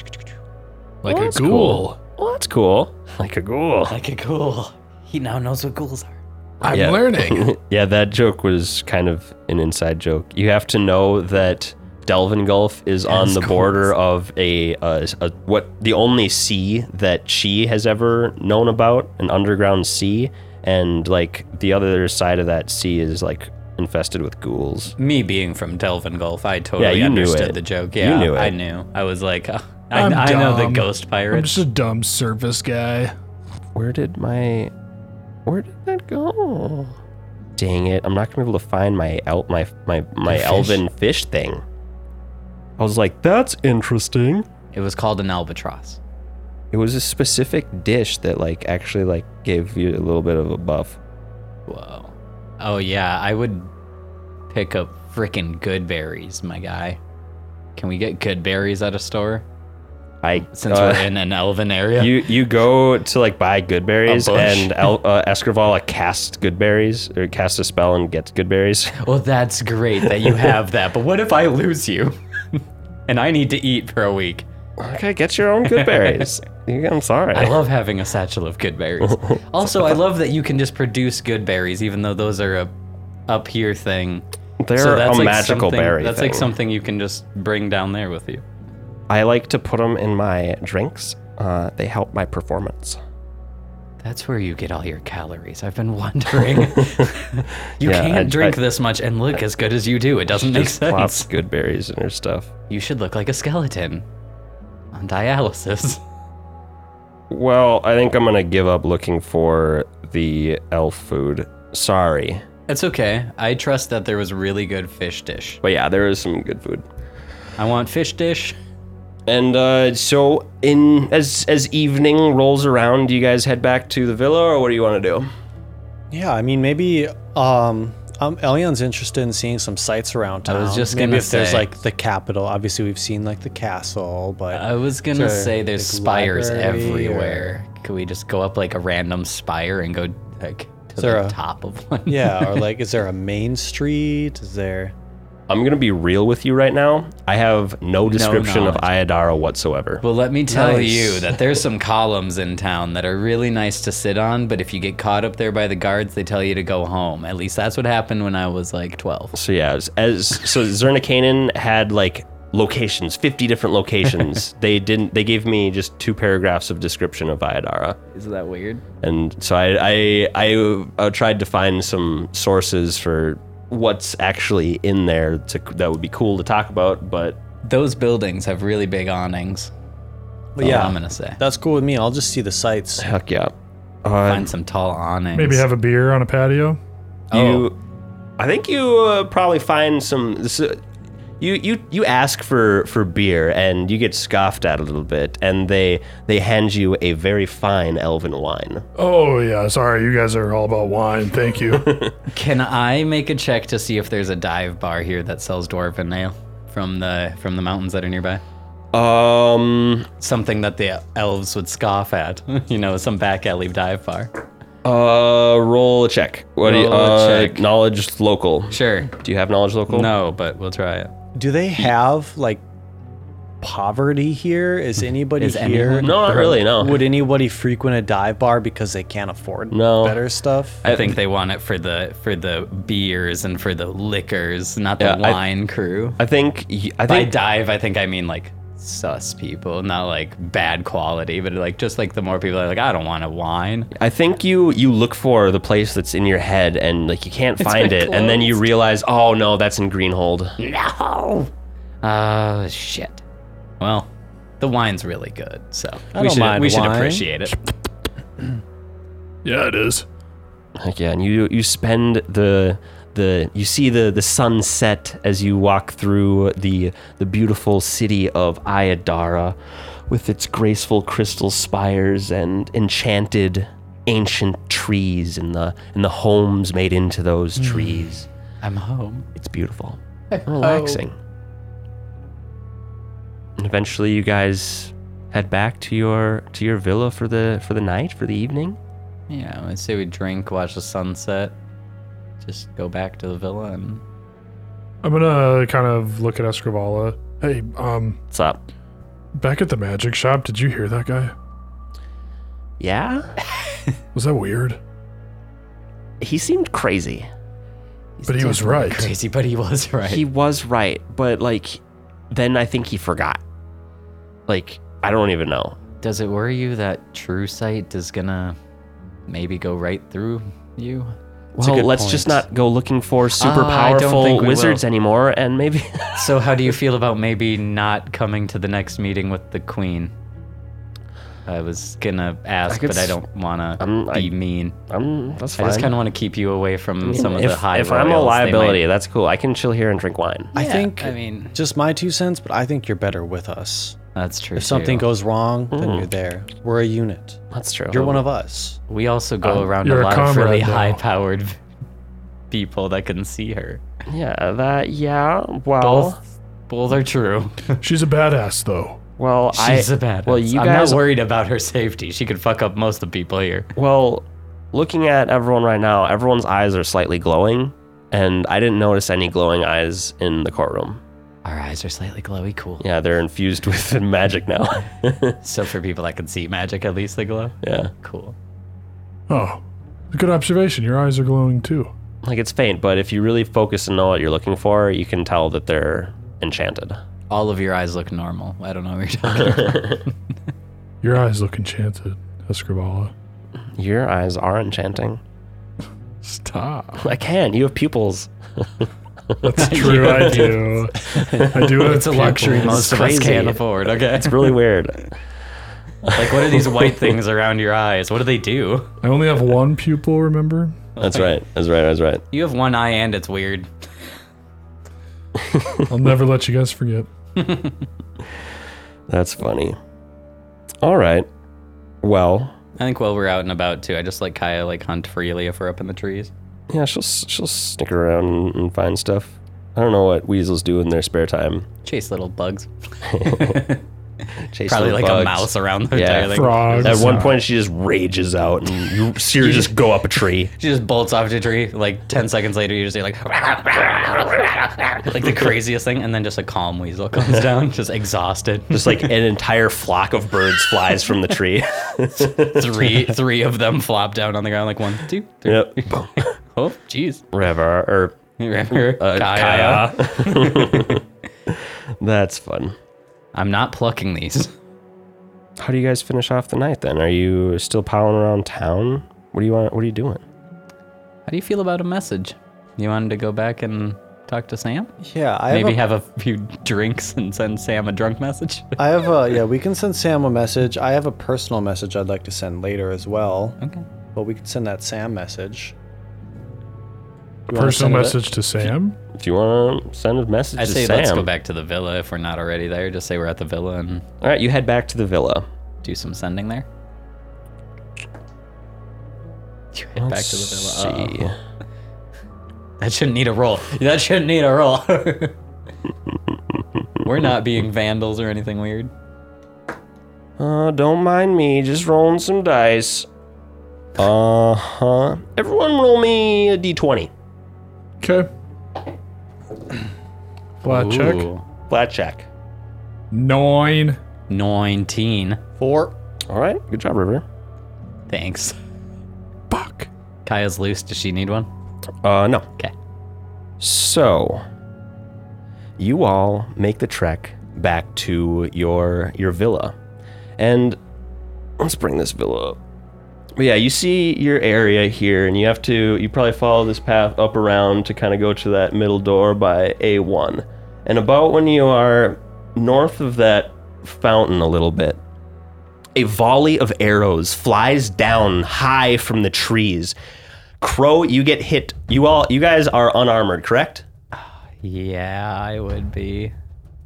C: Like
A: Well,
C: a
A: that's
C: ghoul.
A: cool. Well, that's cool. Like a ghoul.
C: Like a ghoul. He now knows what ghouls are.
B: I'm
A: Yeah.
B: learning.
A: yeah, that joke was kind of an inside joke. You have to know that Delvin Gulf is on the border of a, uh, a what the only sea that she has ever known about, an underground sea, and like the other side of that sea is like infested with ghouls.
C: Me being from Delvin Gulf, I totally
A: you knew
C: understood
A: it.
C: the joke.
A: You
C: Yeah,
A: knew it.
C: I knew. I was like, "Oh, I,
B: I'm
C: I know the
B: dumb.
C: ghost
B: I'm
C: pirates.
B: just a dumb surface guy.
A: Where did my where did that go? Dang it! I'm not gonna be able to find my el- my my my elven fish thing. I was like, that's interesting.
C: It was called an albatross.
A: It was a specific dish that like actually like gave you a little bit of a buff.
C: Whoa. Oh yeah, I would pick up frickin' good berries, my guy. Can we get good berries at a store?
A: I
C: Since
A: uh,
C: we're in an elven area.
A: you you go to like buy good berries
C: A bush.
A: and El, uh, Escrivala casts good berries or casts a spell and gets good berries.
C: Well, that's great that you have that, but what if I lose you? and I need to eat for a week.
A: okay, get your own good berries. You- I'm sorry.
C: I love having a satchel of good berries. Also, I love that you can just produce good berries, even though those are a up here thing.
A: They're a magical
C: something-
A: berry.
C: That's like
A: thing.
C: something you can just bring down there with you.
A: I like to put them in my drinks. Uh, they help my performance.
C: That's where you get all your calories. I've been wondering. you
A: Yeah,
C: can't
A: I-
C: drink
A: I-
C: this much and look as good as you do. It doesn't make
A: Just plops
C: sense.
A: good berries in her stuff.
C: You should look like a skeleton on dialysis.
A: Well, I think I'm gonna give up looking for the elf food. Sorry.
C: It's okay. I trust that there was really good fish dish.
A: But yeah, there is some good food.
C: I want fish dish.
A: And uh, so, in as as evening rolls around, do you guys head back to the villa, or what do you want to do?
D: Yeah, I mean maybe um um Elion's interested in seeing some sights around town.
C: was just
D: maybe
C: gonna
D: if there's
C: say-
D: like the capital. Obviously we've seen like the castle, but
C: I was gonna
D: Sure.
C: say there's
D: Like
C: spires
D: library
C: everywhere. Could we just go up like a random spire and go like to
D: there
C: the
D: a-
C: top of one?
D: yeah, or like is there a main street? Is there
A: I'm gonna be real with you right now. I have no description of Iodara whatsoever.
C: Well, let me tell
D: Nice.
C: you that there's some columns in town that are really nice to sit on, but if you get caught up there by the guards, they tell you to go home. At least that's what happened when I was like 12.
A: So yeah, as, as so Zernikanen had like locations, 50 different locations. they didn't. They gave me just two paragraphs of description of Iodara.
C: Isn't that weird?
A: and so I I, I uh, tried to find some sources for what's actually in there to, that would be cool to talk about, but
C: Those buildings have really big awnings. That's
D: yeah.
C: all I'm gonna say.
D: That's cool with me. I'll just see the sights.
A: heck yeah, uh,
C: Find some tall awnings.
B: Maybe have a beer on a patio.
A: you. I think you uh, probably find some. This, uh, you, you you ask for, for beer and you get scoffed at a little bit and they they hand you a very fine elven wine.
B: Oh yeah, sorry, you guys are all about wine. Thank you.
C: Can I make a check to see if there's a dive bar here that sells dwarven ale from the from the mountains that are nearby?
A: Um
C: Something that the elves would scoff at. you know, some back alley dive bar.
A: uh roll a check. What do you,
C: Roll a
A: uh,
C: check.
A: knowledge local?
C: Sure.
A: Do you have knowledge local?
C: No, but we'll try it.
D: Do they have like poverty here? Is anybody
C: Is
D: here?
C: anyone-
A: No, not really, no.
D: Would anybody frequent a dive bar because they can't afford
A: No.
D: better stuff?
C: I think they want it for the for the beers and for the liquors, not the
A: Yeah, I-
C: wine crew.
A: I think y- I
C: By
A: think
C: dive, I think I mean like sus people, not like bad quality, but like just like the more people are like, I don't want a wine.
A: I think you you look for the place that's in your head and like you can't find
C: been
A: it and then you realize oh no that's in Greenhold.
C: No. Uh shit. Well, the wine's really good, so
D: I
C: we
D: don't
C: should
D: mind
C: we should
D: wine.
C: appreciate it.
B: yeah, it is.
A: Heck yeah, and you you spend the the you see the the sunset as you walk through the the beautiful city of Ayadara, with its graceful crystal spires and enchanted ancient trees and the and the homes made into those trees.
C: I'm home.
A: It's beautiful,
C: Oh.
A: relaxing. And eventually, you guys head back to your to your villa for the for the night for the evening.
C: Yeah, I say we drink, watch the sunset, just go back to the villa and
B: I'm gonna kind of look at Escrivala. Hey, um,
A: What's up?
B: back at the magic shop, did you hear that guy?
A: Yeah,
B: Was that weird?
A: he seemed crazy.
C: He's
B: But he was
C: definitely
B: right.
C: Crazy, but he was right.
A: He was right, but like, then I think he forgot. Like, I don't even know.
C: Does it worry you that True Sight is gonna maybe go right through you?
D: a
A: Well,
D: good
A: let's just
D: point.
A: not go looking for super
C: Ah, I don't
A: powerful
C: think we
A: wizards
C: will.
A: anymore, and maybe
C: So, how do you feel about maybe not coming to the next meeting with the Queen? I was gonna ask,
A: could
C: but I
A: s-
C: don't wanna
A: I'm- I-
C: be mean.
A: um, that's
C: I
A: fine. Mm,
C: just kind of want to keep you away from some of
A: if,
C: the high.
A: if I'm a
C: royals, they might-
A: liability, that's cool. I can chill here and drink wine.
D: I
C: Yeah,
D: think
C: I mean,
D: just my two cents, but I think you're better with us.
C: that's true.
D: If something
C: too.
D: goes wrong, then
C: Mm-hmm.
D: you're there. We're a unit.
A: That's true.
D: You're
C: Oh.
D: one of us.
C: we also go around
B: you're a
C: a lot of
B: comrade
C: really
B: now.
C: high-powered people that can see her.
A: yeah, that. Yeah. Well,
C: Both, both are true.
B: She's a badass, though.
A: well,
C: She's
A: I.
C: a badass.
A: Well, you
C: I'm
A: guys.
C: not worried about her safety. She could fuck up most of the people here.
A: well, looking at everyone right now, everyone's eyes are slightly glowing, and I didn't notice any glowing eyes in the courtroom.
C: Our eyes are slightly glowy. Cool.
A: Yeah, they're infused with magic now.
C: So for people that can see magic, at least they glow.
A: yeah.
C: Cool.
B: Oh, good observation. Your eyes are glowing too.
A: Like it's faint, but if you really focus and know what you're looking for, you can tell that they're enchanted.
C: All of your eyes look normal. I don't know what you're talking about.
B: Your eyes look enchanted, Escrivala.
A: Your eyes are enchanting.
B: Stop.
A: I can. You have pupils.
B: That's true. I do. I do.
C: It's a luxury
B: pupils.
C: most of us
A: crazy.
C: can't afford. Okay.
A: It's really weird.
C: like, what are these white things around your eyes? What do they do?
B: I only have one pupil. Remember?
A: That's right. That's right. That's right.
C: You have one eye and it's weird.
B: I'll never let you guys forget.
A: That's funny. All right. Well,
C: I think while we're out and about too, I just let Kaya like hunt freely if we're up in the trees.
A: yeah, she'll she'll sneak around and- and find stuff. I don't know what weasels do in their spare time.
C: Chase little bugs.
A: Chase
C: Probably
A: little
C: like
A: bugs.
C: a mouse around the
A: Yeah,
C: entire thing.
B: Frogs.
A: At one point, she just rages out, and you see her just go up a tree.
C: She just bolts off the tree. Like ten seconds later, you just hear like like the craziest thing, and then just a calm weasel comes down, just exhausted.
A: Just like an entire flock of birds flies from the tree.
C: three three of them flop down on the ground. Like one, two, three.
A: yep.
C: Oh, jeez.
A: River or
C: Remember
A: uh,
C: Kaya.
A: Kaya. That's fun.
C: I'm not plucking these.
A: How do you guys finish off the night then? Are you still piling around town? What do you want? What are you doing?
C: How do you feel about a message? You wanted to go back and talk to Sam?
D: Yeah, I
C: Maybe
D: have,
C: have a few drinks and send Sam a drunk message?
D: a, I have a yeah. We can send Sam a message. I have a personal message I'd like to send later as well,
C: Okay.
D: but we could send that Sam message.
B: a
D: wanna send
B: personal
D: it?
B: message to Sam.
A: If you want to send a message
C: I
A: to
C: say
A: Sam,
C: let's go back to the villa if we're not already there. Just say we're at the villa and
A: all right, you head back to the villa.
C: do some sending there. You head back to the villa.
A: Let's
C: Uh-oh.
A: See.
C: That shouldn't need a roll. That shouldn't need a roll. We're not being vandals or anything weird.
A: Uh, don't mind me, just rolling some dice. Uh huh. Everyone, roll me a d20.
B: Okay. Flat check.
C: Ooh.
A: Flat check.
B: Nine.
C: 19.
D: Four.
A: All right, good job, River.
C: Thanks.
B: Fuck.
C: Kaya's loose. Does she need one?
A: Uh, no.
C: Okay.
A: So, you all make the trek back to your your villa, and let's bring this villa up. But yeah, you see your area here, and you have to you probably follow this path up around to kind of go to that middle door by A one, and about when you are north of that fountain a little bit, a volley of arrows flies down high from the trees Crow, you get hit. You all, you guys are unarmored, correct?
C: Yeah, I would be.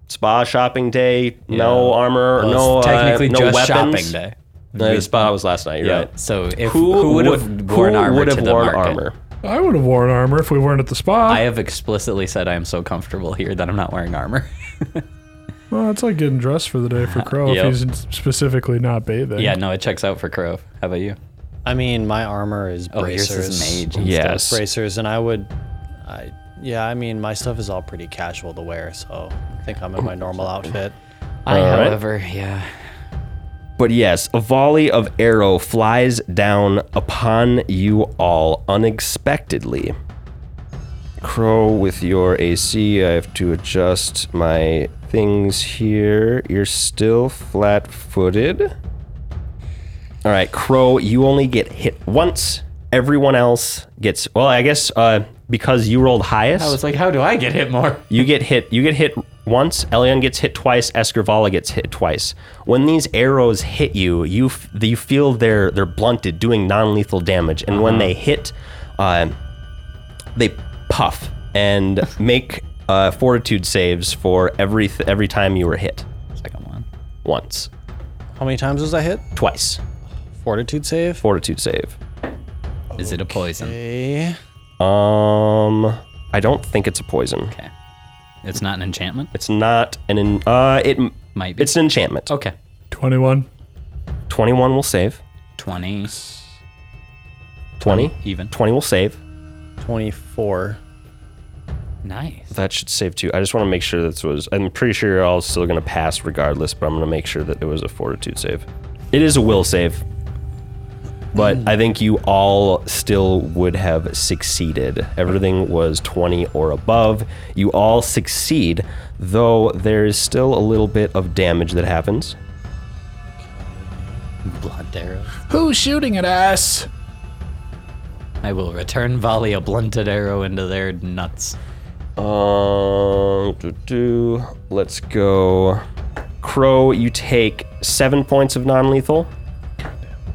A: Spa shopping day, no armor,
C: Well,
A: no
C: it's technically
A: uh, no
C: just
A: weapons.
C: shopping day.
A: No, the spa was last night, you're
C: Yeah.
A: right?
C: So if who, would have worn
A: who
C: armor
A: would
C: to
A: have
C: the
A: worn
C: market?
A: armor?
B: I would have worn armor if we weren't at the spot.
C: I have explicitly said I am so comfortable here that I'm not wearing armor.
B: well, it's like getting dressed for the day for Crow
C: Yep.
B: if he's specifically not bathing.
C: yeah, no, it checks out for Crow. How about you?
D: I mean, my armor is
C: Oh, yours
D: bracers.
C: is mage.
D: and
A: Yes.
D: stuff, bracers, and I would, I yeah, I mean, my stuff is all pretty casual to wear, so I think I'm in my normal outfit.
C: I,
A: Alright.
C: however, yeah.
A: But yes, a volley of arrow flies down upon you all unexpectedly. Crow, with your AC, I have to adjust my things here. You're still flat footed. All right, Crow, you only get hit once. Everyone else gets, well, I guess uh, because you rolled highest.
C: I was like, how do I get hit more?
A: You get hit. You get hit once. Elion gets hit twice. Escarvala gets hit twice. When these arrows hit you, you f- you feel they're they're blunted, doing non-lethal damage. And
C: Uh-huh.
A: when they hit, uh, they puff and make uh, fortitude saves for every th- every time you were hit
C: Second one.
A: once,
D: How many times was I hit?
A: twice.
D: Fortitude save.
A: Fortitude save.
C: Is it a poison?
D: Okay.
A: Um, I don't think it's a poison.
C: Okay. It's not an enchantment?
A: It's not an en- uh. It m-
C: Might be.
A: it's an enchantment.
C: Okay.
B: 21.
A: Twenty-one will save.
C: 20
A: Twenty.
C: even.
A: Twenty will save.
D: Twenty-four.
C: Nice.
A: That should save too. I just want to make sure this was. I'm pretty sure you're all still going to pass regardless, but I'm going to make sure that it was a fortitude save. It is a will save, but I think you all still would have succeeded. Everything was 20 or above. You all succeed, though there is still a little bit of damage that happens.
C: Blood arrows.
B: Who's shooting at us?
C: I will return volley a blunted arrow into their nuts.
A: Um, doo-doo. let's go. Crow, you take seven points of non-lethal.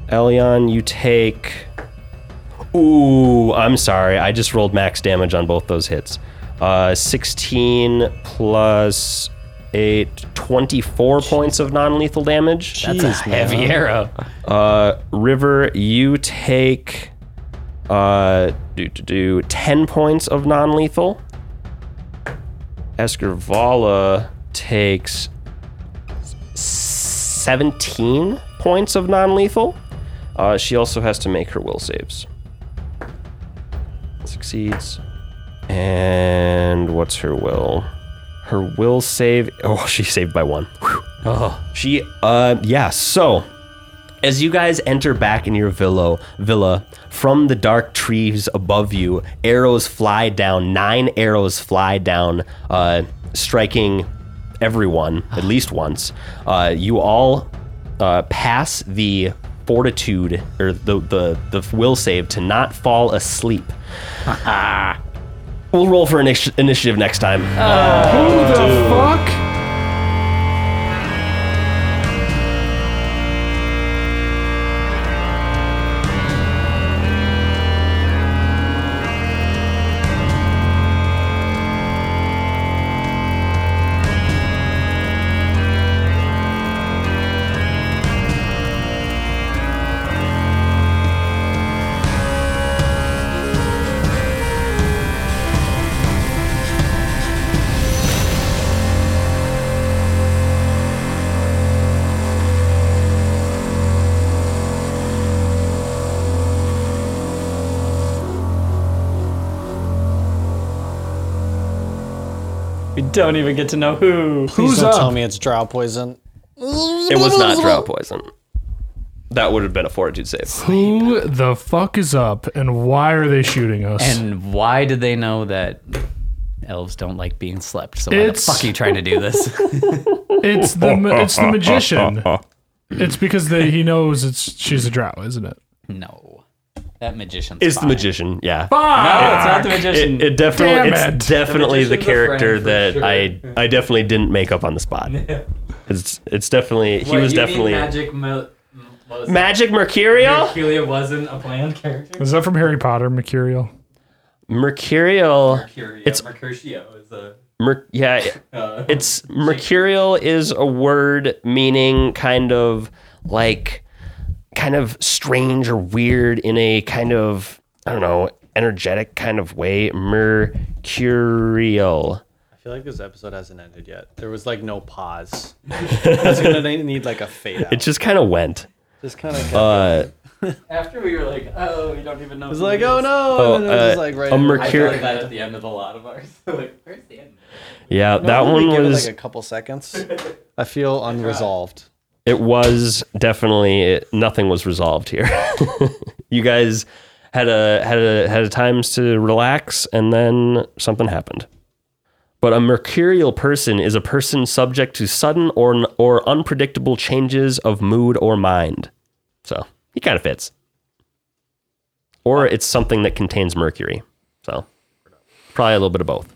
A: Elion, you take. Ooh, I'm sorry. I just rolled max damage on both those hits. Uh, 16 plus 8, 24 points of non-lethal damage.
C: That's a heavy arrow.
A: Uh, River, you take uh, do, do, do, 10 points of non lethal. Escarvala takes 17 points of non lethal. Uh, she also has to make her will saves. Succeeds. And what's her will? Her will save. Oh, she saved by one. Whew.
C: Oh,
A: She, uh, yeah. So, as you guys enter back in your villa, villa from the dark trees above you, arrows fly down. Nine arrows fly down, uh, striking everyone at least once. Uh, you all uh, pass the fortitude or the, the the will save to not fall asleep. we'll roll for initi- initiative next time.
C: Uh,
B: Who the fuck?
C: we don't even get to know who.
D: Please
B: Who's
D: don't tell
B: up?
D: me it's drow poison.
A: It was not drow poison. That would have been a fortitude save.
B: Who the fuck is up and why are they shooting us?
C: And why did they know that elves don't like being slept? So why
B: It's-
C: the fuck are you trying to do this?
B: it's the ma- it's the magician.
A: Oh.
B: it's because they, he knows it's she's a drow, isn't it?
C: no. That magician's
A: Is the
C: fine.
A: magician? Yeah.
C: No, it's not the magician.
A: It, it definitely,
B: Damn
A: it's
B: it.
A: definitely the,
C: The magician's a
A: character that
C: friend, for
A: I, I definitely didn't make up on the spot. It's, it's definitely he was definitely
C: magic
A: Magic Mercurial?
C: Mercuria wasn't a planned character.
B: Is that from Harry Potter, Mercurial?
A: Mercurial.
C: Mercuria.
A: It's-
C: Mercutio is a.
A: Mer- yeah,
C: Uh,
A: it's mercurial is a word meaning kind of like kind of strange or weird in a kind of I don't know energetic kind of way. Mercurial.
D: I feel like this episode hasn't ended yet. There was like no pause. It's gonna need like a fade out.
A: It just kind of went.
D: just kind of.
A: Uh,
C: after we were like, oh, we don't even know.
D: It's like, oh no!
A: Oh,
D: and then it was
A: uh,
D: like right
A: a
D: in-
A: merc-
C: I feel
A: Mercur-
C: like that at the end of a lot of ours. like, where's the end?
A: yeah,
D: No,
A: that
D: let
A: one
D: me give
A: was
D: it like a couple seconds. I feel unresolved.
A: it was definitely it, nothing was resolved here. you guys had a had a had a times to relax, and then something happened. But a mercurial person is a person subject to sudden or or unpredictable changes of mood or mind. So he kind of fits. Or it's something that contains mercury. So probably a little bit of both.